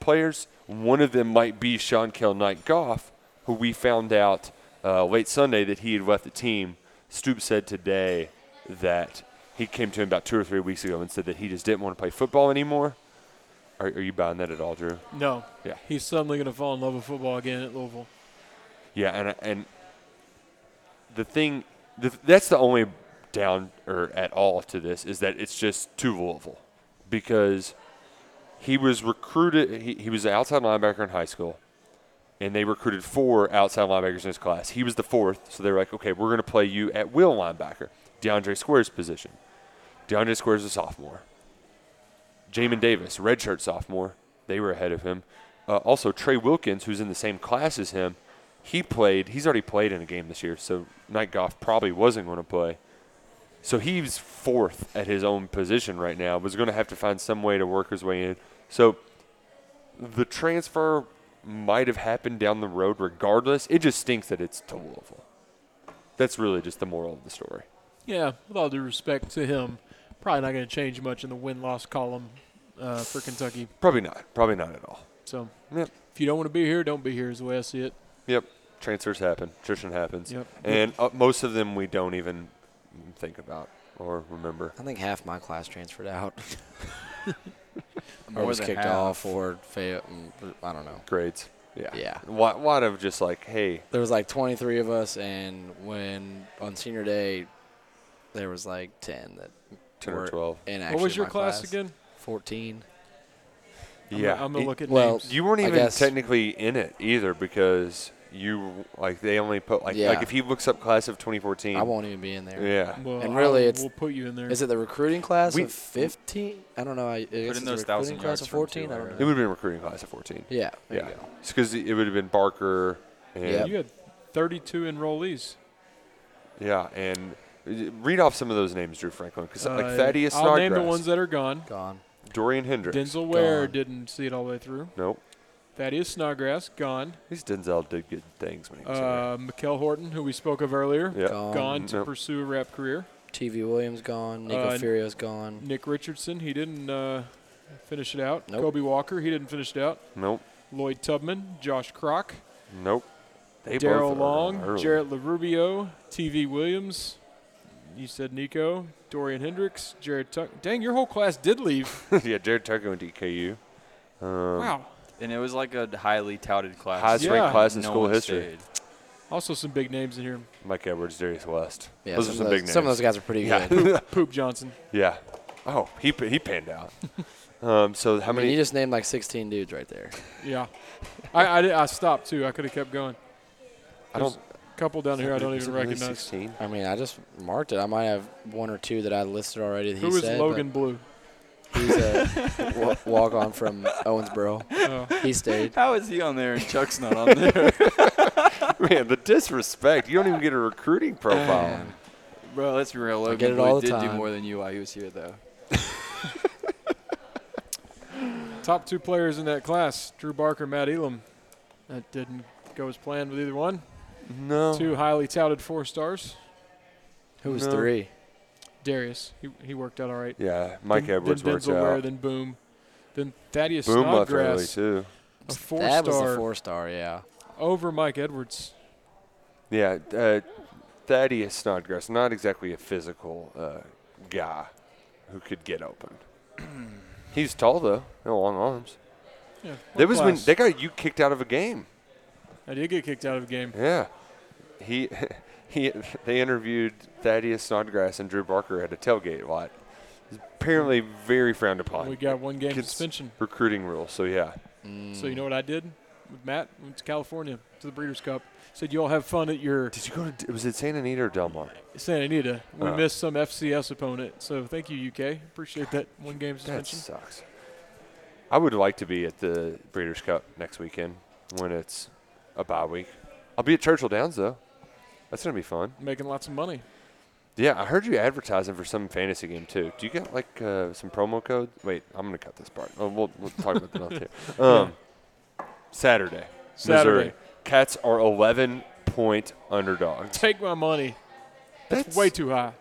Speaker 3: players. One of them might be Sean Kell Knight Goff, who we found out uh, late Sunday that he had left the team. Stoop said today that he came to him about two or three weeks ago and said that he just didn't want to play football anymore. Are, are you buying that at all, Drew?
Speaker 5: No.
Speaker 3: Yeah.
Speaker 5: He's suddenly going to fall in love with football again at Louisville.
Speaker 3: Yeah, and and the thing, the, that's the only down or at all to this is that it's just too Louisville because he was recruited. He, he was an outside linebacker in high school, and they recruited four outside linebackers in his class. He was the fourth, so they were like, okay, we're going to play you at will linebacker, DeAndre Squares' position. DeAndre Squares is a sophomore. Jamin Davis, redshirt sophomore, they were ahead of him. Uh, also, Trey Wilkins, who's in the same class as him, he played. He's already played in a game this year, so Knight Goff probably wasn't going to play. So he's fourth at his own position right now. Was going to have to find some way to work his way in. So the transfer might have happened down the road, regardless. It just stinks that it's to Louisville. That's really just the moral of the story.
Speaker 5: Yeah, with all due respect to him, probably not going to change much in the win loss column uh, for Kentucky.
Speaker 3: Probably not. Probably not at all.
Speaker 5: So
Speaker 3: Yep.
Speaker 5: if you don't want to be here, don't be here, is the way I see it.
Speaker 3: Yep. Transfers happen. Attrition happens.
Speaker 5: Yep.
Speaker 3: And uh, most of them we don't even think about or remember.
Speaker 6: I think half my class transferred out
Speaker 4: More
Speaker 6: or was
Speaker 4: than
Speaker 6: kicked
Speaker 4: half.
Speaker 6: off or failed. I don't know.
Speaker 3: Grades. Yeah.
Speaker 6: Yeah.
Speaker 3: Why, why have just like, hey,
Speaker 6: There was like 23 of us, and when on senior day, there was like 10 that
Speaker 3: 10 or
Speaker 6: were
Speaker 3: 12.
Speaker 6: In
Speaker 5: What
Speaker 6: actually
Speaker 5: was your
Speaker 6: my
Speaker 5: class, again?
Speaker 6: 14.
Speaker 5: I'm
Speaker 3: yeah,
Speaker 5: gonna- I'm gonna
Speaker 3: it-
Speaker 5: look at
Speaker 6: well,
Speaker 5: names.
Speaker 3: You weren't
Speaker 6: I
Speaker 3: even
Speaker 6: guess.
Speaker 3: technically in it either because you like they only put like
Speaker 6: Yeah.
Speaker 3: like if he looks up class of 2014.
Speaker 6: I won't even be in there.
Speaker 3: Yeah.
Speaker 5: Well,
Speaker 6: and really
Speaker 5: I'll-
Speaker 6: it's-
Speaker 5: we'll put you in there.
Speaker 6: Is it the recruiting class
Speaker 3: We-
Speaker 6: of 15? I don't know. I, I guess it's
Speaker 4: in
Speaker 6: the
Speaker 4: those 1,000
Speaker 6: recruiting class
Speaker 4: yards
Speaker 6: of
Speaker 4: for him, too,
Speaker 6: 14. I don't
Speaker 3: It
Speaker 6: know.
Speaker 3: would have been recruiting class of 14.
Speaker 6: Yeah. There
Speaker 3: yeah.
Speaker 6: You go.
Speaker 3: It's because it would have been Barker. And,
Speaker 6: Yep.
Speaker 5: you had 32 enrollees.
Speaker 3: Yeah, and uh, read off some of those names, Drew Franklin, because
Speaker 5: Uh,
Speaker 3: like Thaddeus
Speaker 5: I'll
Speaker 3: Snodgrass,
Speaker 5: name the ones that are gone.
Speaker 6: Gone.
Speaker 3: Dorian Hendricks.
Speaker 5: Denzel Ware
Speaker 6: Gone.
Speaker 5: didn't see it all the way through.
Speaker 3: Nope.
Speaker 5: Thaddeus Snodgrass gone.
Speaker 3: At least Denzel did good things when he was
Speaker 5: Uh, Mikel Horton, who we spoke of earlier,
Speaker 3: in there. Yeah.
Speaker 6: Gone.
Speaker 5: gone to
Speaker 3: Nope.
Speaker 5: pursue a rap career.
Speaker 6: TV Williams gone. Nico
Speaker 5: Uh,
Speaker 6: Furio's gone.
Speaker 5: Nick Richardson, he didn't uh, finish it out.
Speaker 6: Nope.
Speaker 5: Kobe Walker, he didn't finish it out.
Speaker 3: Nope.
Speaker 5: Lloyd Tubman, Josh Crock,
Speaker 3: Nope. They both
Speaker 5: Daryl
Speaker 3: are
Speaker 5: Long,
Speaker 3: early.
Speaker 5: Jarrett LaRubio, TV Williams. You said Nico, Dorian Hendricks, Jared Tuck. Dang, your whole class did leave.
Speaker 3: yeah, Jared Tucker went to KU. Um,
Speaker 5: wow.
Speaker 4: And it was like a highly touted class.
Speaker 3: Highest
Speaker 5: Yeah.
Speaker 3: ranked class in
Speaker 4: No
Speaker 3: school
Speaker 4: one
Speaker 3: history.
Speaker 4: stayed.
Speaker 5: Also, some big names in here.
Speaker 3: Mike Edwards, Darius West.
Speaker 6: Yeah,
Speaker 3: those are
Speaker 6: some, of
Speaker 3: some
Speaker 6: those,
Speaker 3: big names.
Speaker 6: some of those guys are pretty
Speaker 3: Yeah.
Speaker 6: good.
Speaker 5: Poop Johnson.
Speaker 3: yeah. Oh, he pa- he panned out. um, so how
Speaker 6: I mean,
Speaker 3: many?
Speaker 6: you just named like 16 dudes right there.
Speaker 5: Yeah. I, I, di- I stopped too. I could have kept going.
Speaker 3: I don't.
Speaker 5: A couple down here I don't
Speaker 3: is
Speaker 5: even
Speaker 3: it really
Speaker 5: recognize.
Speaker 3: 16?
Speaker 6: I mean, I just marked it. I might have one or two that I listed already. That he
Speaker 5: Who is
Speaker 6: said, but
Speaker 5: Logan Blue?
Speaker 6: He's a w- walk on from Owensboro.
Speaker 5: Oh.
Speaker 6: He stayed.
Speaker 4: How is he on there and Chuck's not on there?
Speaker 3: Man, the disrespect. You don't even get a recruiting profile.
Speaker 4: Bro, let's be real. Logan
Speaker 6: get it
Speaker 4: Blue
Speaker 6: all the
Speaker 4: did do
Speaker 6: time.
Speaker 4: more than you while he was here, though.
Speaker 5: Top two players in that class Drew Barker, Matt Elam. That didn't go as planned with either one.
Speaker 3: No.
Speaker 5: Two highly touted four stars.
Speaker 6: Who was
Speaker 3: No.
Speaker 6: three?
Speaker 5: Darius, he, he worked out all right.
Speaker 3: Yeah, Mike
Speaker 5: then,
Speaker 3: Edwards
Speaker 5: then
Speaker 3: worked
Speaker 5: Denzel Ware,
Speaker 3: out.
Speaker 5: then Boom. Then Thaddeus
Speaker 3: Boom left early
Speaker 5: Snodgrass,
Speaker 3: too.
Speaker 5: a four
Speaker 6: that was
Speaker 5: star
Speaker 6: a four star, yeah.
Speaker 5: over Mike Edwards.
Speaker 3: Yeah, uh, Thaddeus Snodgrass, not exactly a physical uh, guy who could get open. He's tall though, no long arms.
Speaker 5: Yeah,
Speaker 3: That was when
Speaker 5: class.
Speaker 3: they got you kicked out of a game.
Speaker 5: I did get kicked out of a game.
Speaker 3: Yeah, he he. They interviewed Thaddeus Snodgrass and Drew Barker at a tailgate lot. Apparently, very frowned upon.
Speaker 5: We got one game
Speaker 3: Oh, Kids-
Speaker 5: suspension.
Speaker 3: recruiting rules. So yeah,
Speaker 5: So you know what I did with Matt? Went to California to the Breeders' Cup. Said you all have fun at your
Speaker 3: did you go to? Was it Santa Anita or Del Mar?
Speaker 5: Santa Anita. We
Speaker 3: Uh.
Speaker 5: missed some FCS opponent, so thank you UK. Appreciate that one game
Speaker 3: That
Speaker 5: suspension.
Speaker 3: sucks. I would like to be at the Breeders' Cup next weekend when it's a bye week. I'll be at Churchill Downs though. That's gonna be fun.
Speaker 5: Making lots of money.
Speaker 3: Yeah, I heard you advertising for some fantasy game too. Do you got like uh, some promo code? Wait, I'm gonna cut this part. Oh, we'll, we'll talk about that off here. Um, Saturday,
Speaker 5: Saturday.
Speaker 3: Missouri. Cats are 11 point underdogs.
Speaker 5: Take my money. That's way too high,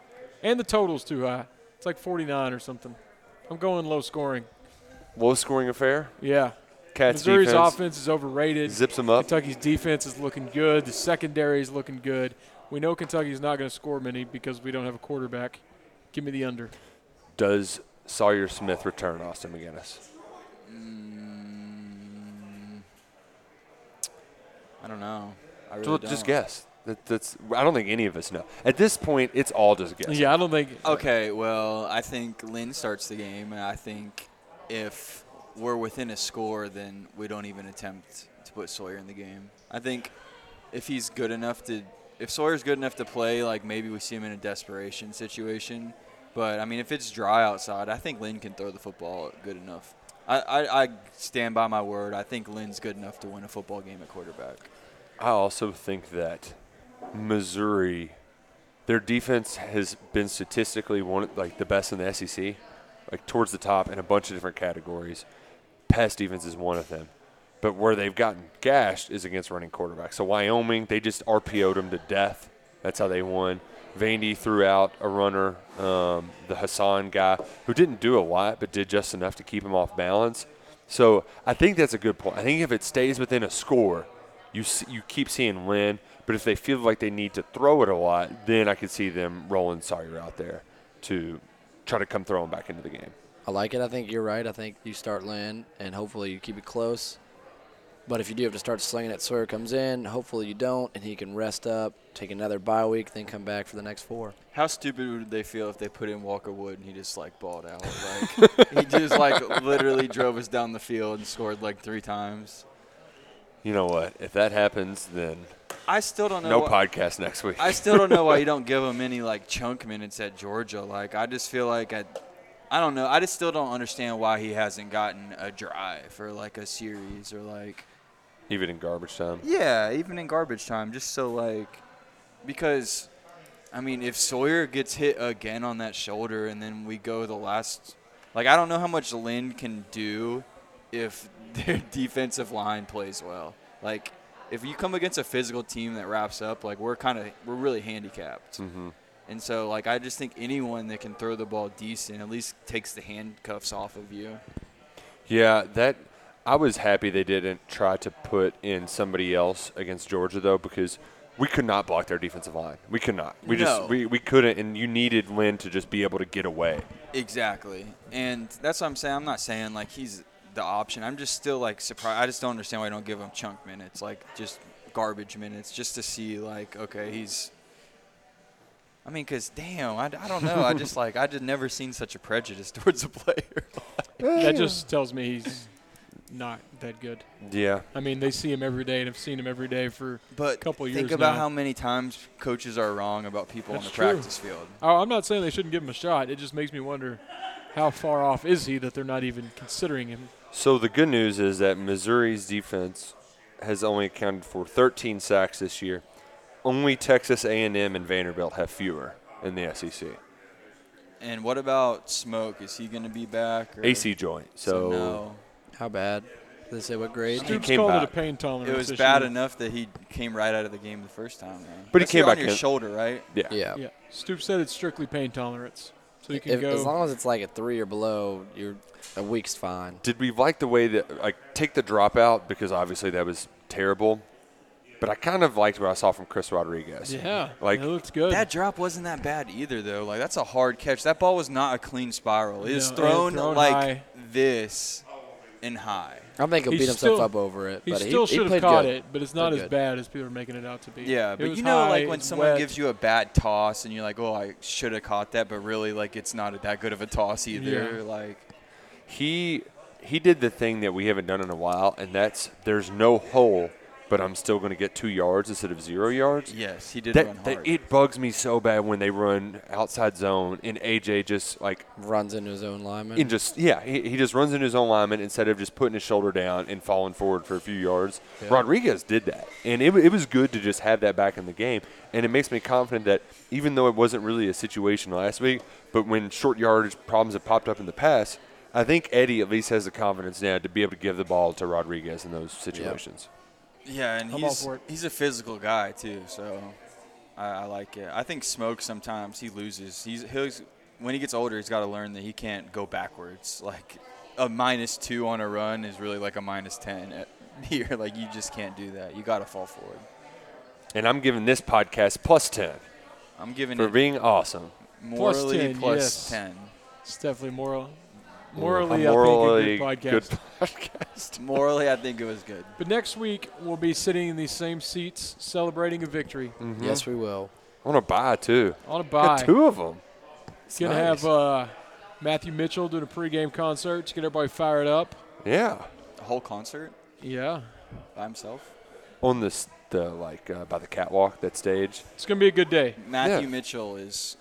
Speaker 5: and the total's too high. It's like 49 or something. I'm going low scoring.
Speaker 3: low scoring affair.
Speaker 5: Yeah.
Speaker 3: Cats
Speaker 5: Missouri's
Speaker 3: defense
Speaker 5: offense is overrated.
Speaker 3: zips them up.
Speaker 5: Kentucky's defense is looking good. The secondary is looking good. We know Kentucky's not going to score many because we don't have a quarterback. Give me the under.
Speaker 3: Does Sawyer Smith return Austin McGinnis?
Speaker 4: I don't know. I really
Speaker 3: So
Speaker 4: don't.
Speaker 3: just guess. That, that's. I don't think any of us know. At this point, it's all just guess.
Speaker 5: Yeah, I don't think.
Speaker 4: Okay, well, I think Lynn starts the game, and I think if we're within a score, then we don't even attempt to put Sawyer in the game. I think if he's good enough to, if Sawyer's good enough to play, like maybe we see him in a desperation situation. But I mean, if it's dry outside, I think Lynn can throw the football good enough. I, I, I stand by my word. I think Lynn's good enough to win a football game at quarterback.
Speaker 3: I also think that Missouri, their defense has been statistically one like the best in the SEC, like towards the top in a bunch of different categories. Pass defense is one of them, but where they've gotten gashed is against running quarterbacks. So Wyoming, they just RPO'd them to death. That's how they won. Vandy threw out a runner, um, the Hassan guy, who didn't do a lot, but did just enough to keep him off balance. So I think that's a good point. I think if it stays within a score, you s- you keep seeing Lynn, but if they feel like they need to throw it a lot, then I could see them rolling Sawyer out there to try to come throw him back into the game.
Speaker 6: I like it. I think you're right. I think you start Lynn, and hopefully you keep it close. But if you do have to start slinging it, Sawyer comes in. Hopefully you don't, and he can rest up, take another bye week, then come back for the next four.
Speaker 4: How stupid would they feel if they put in Walker Wood and he just like balled out? Like he just like literally drove us down the field and scored like three times.
Speaker 3: You know what? If that happens, then
Speaker 4: I still don't know.
Speaker 3: no
Speaker 4: why-
Speaker 3: podcast next week.
Speaker 4: I still don't know why you don't give him any like chunk minutes at Georgia. Like I just feel like I, I don't know. I just still don't understand why he hasn't gotten a drive or like a series or like
Speaker 3: Even in garbage time.
Speaker 4: yeah, even in garbage time. Just so like because I mean, if Sawyer gets hit again on that shoulder and then we go the last like I don't know how much Lynn can do if their defensive line plays well. Like if you come against a physical team that wraps up, like we're kind of we're really handicapped. And so like I just think anyone that can throw the ball decent at least takes the handcuffs off of you.
Speaker 3: Yeah, that I was happy they didn't try to put in somebody else against Georgia though because we could not block their defensive line. We could not. We
Speaker 4: No.
Speaker 3: just we, we couldn't and you needed Lynn to just be able to get away.
Speaker 4: Exactly. And that's what I'm saying. I'm not saying like he's the option. I'm just still like surprised. I just don't understand why I don't give him chunk minutes, like just garbage minutes, just to see like, okay, he's. I mean, cause damn, I, I don't know. I just like I just never seen such a prejudice towards a player.
Speaker 5: That just tells me he's not that good.
Speaker 3: Yeah.
Speaker 5: I mean, they see him every day, and I've seen him every day for
Speaker 4: But
Speaker 5: a couple years
Speaker 4: think about
Speaker 5: now.
Speaker 4: how many times coaches are wrong about people on
Speaker 5: That's
Speaker 4: the
Speaker 5: true.
Speaker 4: practice field.
Speaker 5: Oh, I'm not saying they shouldn't give him a shot. It just makes me wonder how far off is he that they're not even considering him.
Speaker 3: So the good news is that Missouri's defense has only accounted for 13 sacks this year. Only Texas A&M and Vanderbilt have fewer in the E SEC.
Speaker 4: And what about Smoke? Is he going to be back? Or?
Speaker 3: AC joint. So,
Speaker 4: no.
Speaker 6: How bad? Did they say what grade?
Speaker 3: He
Speaker 5: Stoops
Speaker 3: came
Speaker 5: called it a
Speaker 3: back.
Speaker 5: pain tolerance.
Speaker 4: It was
Speaker 5: issue.
Speaker 4: bad enough that he came right out of the game the first time. Man.
Speaker 3: But he
Speaker 4: That's
Speaker 3: came
Speaker 4: on
Speaker 3: back
Speaker 4: your
Speaker 3: in.
Speaker 4: shoulder, right?
Speaker 3: yeah.
Speaker 6: Yeah.
Speaker 5: Yeah. Stoops said it's strictly pain tolerance, so you can
Speaker 6: If-
Speaker 5: go.
Speaker 6: as long as it's like a three or below, you're a week's fine.
Speaker 3: Did we like the way that like take the dropout because obviously that was terrible, but I kind of liked what I saw from Chris Rodriguez.
Speaker 5: yeah,
Speaker 3: like
Speaker 5: it looks good.
Speaker 4: That drop wasn't that bad either, though. Like that's a hard catch. That ball was not a clean spiral. It was
Speaker 5: No, it was
Speaker 4: thrown,
Speaker 5: thrown
Speaker 4: like
Speaker 5: high.
Speaker 4: this and high.
Speaker 6: I think he'll
Speaker 5: He
Speaker 6: beat himself
Speaker 5: still-
Speaker 6: up over it.
Speaker 5: he
Speaker 6: but
Speaker 5: still
Speaker 6: he,
Speaker 5: should
Speaker 6: played
Speaker 5: have caught
Speaker 6: good.
Speaker 5: it, but it's not
Speaker 6: Played
Speaker 5: as
Speaker 6: good.
Speaker 5: bad as people are making it out to be.
Speaker 4: Yeah,
Speaker 5: It
Speaker 4: but
Speaker 5: was
Speaker 4: you know,
Speaker 5: high,
Speaker 4: like
Speaker 5: it
Speaker 4: when
Speaker 5: was
Speaker 4: someone
Speaker 5: wet.
Speaker 4: gives you a bad toss and you're like, "Oh, I should have caught that," but really, like, it's not that good of a toss either.
Speaker 5: Yeah.
Speaker 4: Like,
Speaker 3: He he did the thing that we haven't done in a while, and that's there's no hole, but I'm still going to get two yards instead of zero yards.
Speaker 4: yes, he did run
Speaker 3: That,
Speaker 4: hard.
Speaker 3: that it bugs me so bad when they run outside zone and AJ just like
Speaker 6: Runs into his own lineman.
Speaker 3: and just yeah he, he just runs into his own lineman instead of just putting his shoulder down and falling forward for a few yards. Rodriguez did that, and it, wa- it was good to just have that back in the game, and it makes me confident that even though it wasn't really a situation last week, but when short yardage problems have popped up in the past, I think Eddie at least has the confidence now to be able to give the ball to Rodriguez in those situations.
Speaker 4: Yeah, and
Speaker 5: I'm all
Speaker 4: he's
Speaker 5: for it.
Speaker 4: he's a physical guy too, so I, I like it. I think Smoke sometimes he loses. He's he'll, when he gets older, he's got to learn that he can't go backwards. Like a minus two on a run is really like a minus ten at, here. Like you just can't do that. You got to fall forward.
Speaker 3: And I'm giving this podcast plus ten
Speaker 4: I'm giving
Speaker 3: for
Speaker 4: it
Speaker 3: being awesome.
Speaker 5: Plus
Speaker 4: morally
Speaker 5: 10,
Speaker 4: plus
Speaker 5: yes.
Speaker 4: ten.
Speaker 5: it's definitely moral. Morally,
Speaker 3: A
Speaker 5: I think a good podcast.
Speaker 3: podcast.
Speaker 4: Morally, I think it was good.
Speaker 5: But next week we'll be sitting in these same seats celebrating a victory
Speaker 6: Yes, we will.
Speaker 3: I want to buy two.
Speaker 5: on a
Speaker 3: Got
Speaker 5: bye.
Speaker 3: two of them.
Speaker 5: Gonna have uh, Matthew Mitchell doing a pregame concert to get everybody fired up.
Speaker 3: Yeah,
Speaker 4: A whole concert
Speaker 5: Yeah,
Speaker 4: by himself.
Speaker 3: on this the like uh, by the catwalk that stage.
Speaker 5: it's gonna be a good day.
Speaker 4: Matthew
Speaker 3: Yeah.
Speaker 4: Mitchell is.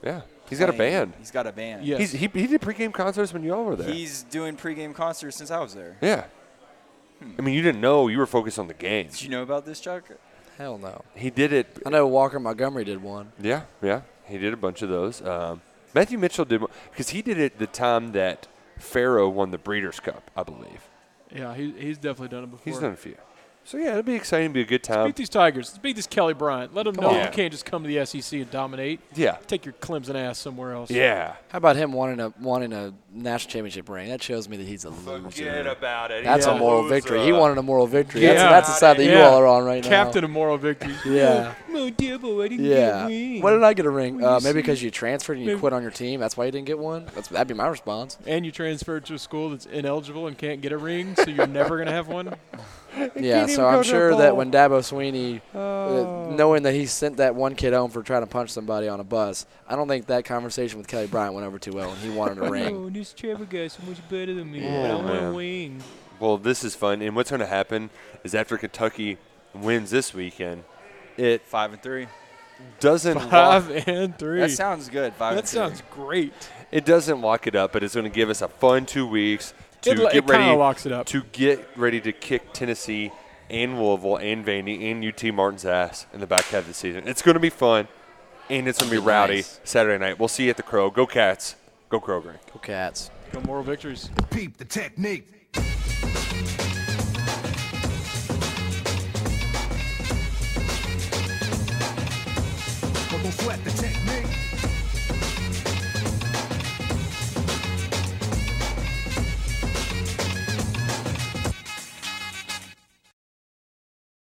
Speaker 3: Yeah, he's got a
Speaker 4: playing.
Speaker 3: band.
Speaker 4: He's got a band.
Speaker 3: He's
Speaker 5: Yes.
Speaker 3: he, he did pregame concerts when y'all were there.
Speaker 4: He's doing pregame concerts since I was there.
Speaker 3: yeah, I mean you didn't know you were focused on the game.
Speaker 4: Did you know about this, Chuck?
Speaker 6: Hell no.
Speaker 3: He did it.
Speaker 6: I know Walker Montgomery did one.
Speaker 3: Yeah, yeah, he did a bunch of those. Um, Matthew Mitchell did one because he did it the time that Pharaoh won the Breeders' Cup, I believe.
Speaker 5: Yeah, he, he's definitely done it before.
Speaker 3: He's done a few. So yeah, it'll be exciting. It'll be a good
Speaker 5: Beat
Speaker 3: time.
Speaker 5: these Tigers. Let's beat this Kelly Bryant. Let them know
Speaker 3: on.
Speaker 5: you
Speaker 3: Yeah.
Speaker 5: can't just come to the SEC and dominate.
Speaker 3: Yeah.
Speaker 5: Take your Clemson ass somewhere else.
Speaker 3: Yeah.
Speaker 6: How about him wanting a wanting a national championship ring? That shows me that he's a loser.
Speaker 3: about it.
Speaker 6: That's
Speaker 5: Yeah.
Speaker 6: a moral victory. He wanted a moral victory.
Speaker 5: uh, Yeah.
Speaker 6: That's, that's the side that you
Speaker 5: Yeah.
Speaker 6: all are on right
Speaker 5: Captain of moral victory.
Speaker 6: now. Yeah.
Speaker 5: oh, dear boy, I didn't
Speaker 6: Yeah.
Speaker 5: get me.
Speaker 6: Why did I get a ring?
Speaker 5: What do
Speaker 6: Uh,
Speaker 5: you
Speaker 6: maybe
Speaker 5: see?
Speaker 6: because you transferred and you
Speaker 5: Maybe-
Speaker 6: quit on your team. That's why you didn't get one. That's that'd be my response.
Speaker 5: And you transferred to a school that's ineligible and can't get a ring, so you're never gonna have one.
Speaker 6: Yeah.
Speaker 3: can't even
Speaker 6: So I'm
Speaker 3: go to a
Speaker 6: sure that
Speaker 3: ball.
Speaker 6: when Dabo Sweeney,
Speaker 5: Oh.
Speaker 6: uh, knowing that he sent that one kid home for trying to punch somebody on a bus, I don't think that conversation with Kelly Bryant went over too well, and he wanted a ring.
Speaker 5: Oh, this Trevor guy's so much better than me,
Speaker 3: but I want a man.
Speaker 5: wing.
Speaker 3: Well, this is fun. And what's going to happen is after Kentucky wins this weekend,
Speaker 4: It five and three.
Speaker 3: doesn't lock,
Speaker 5: Five and three.
Speaker 4: That sounds good. Five.
Speaker 5: That
Speaker 4: and three.
Speaker 5: sounds great.
Speaker 3: it doesn't lock it up, but it's going to give us a fun two weeks to
Speaker 5: It lo- it
Speaker 3: get ready
Speaker 5: kinda locks it up.
Speaker 3: to get ready to kick Tennessee and Louisville and Vandy and UT Martin's ass in the back half of the season. It's going to be fun, and it's going to be rowdy
Speaker 6: nice.
Speaker 3: Saturday night. We'll see you at the Crow. Go Cats. Go Crow Green.
Speaker 6: Go Cats.
Speaker 5: No moral victories.
Speaker 7: Peep the technique. But don't sweat the technique.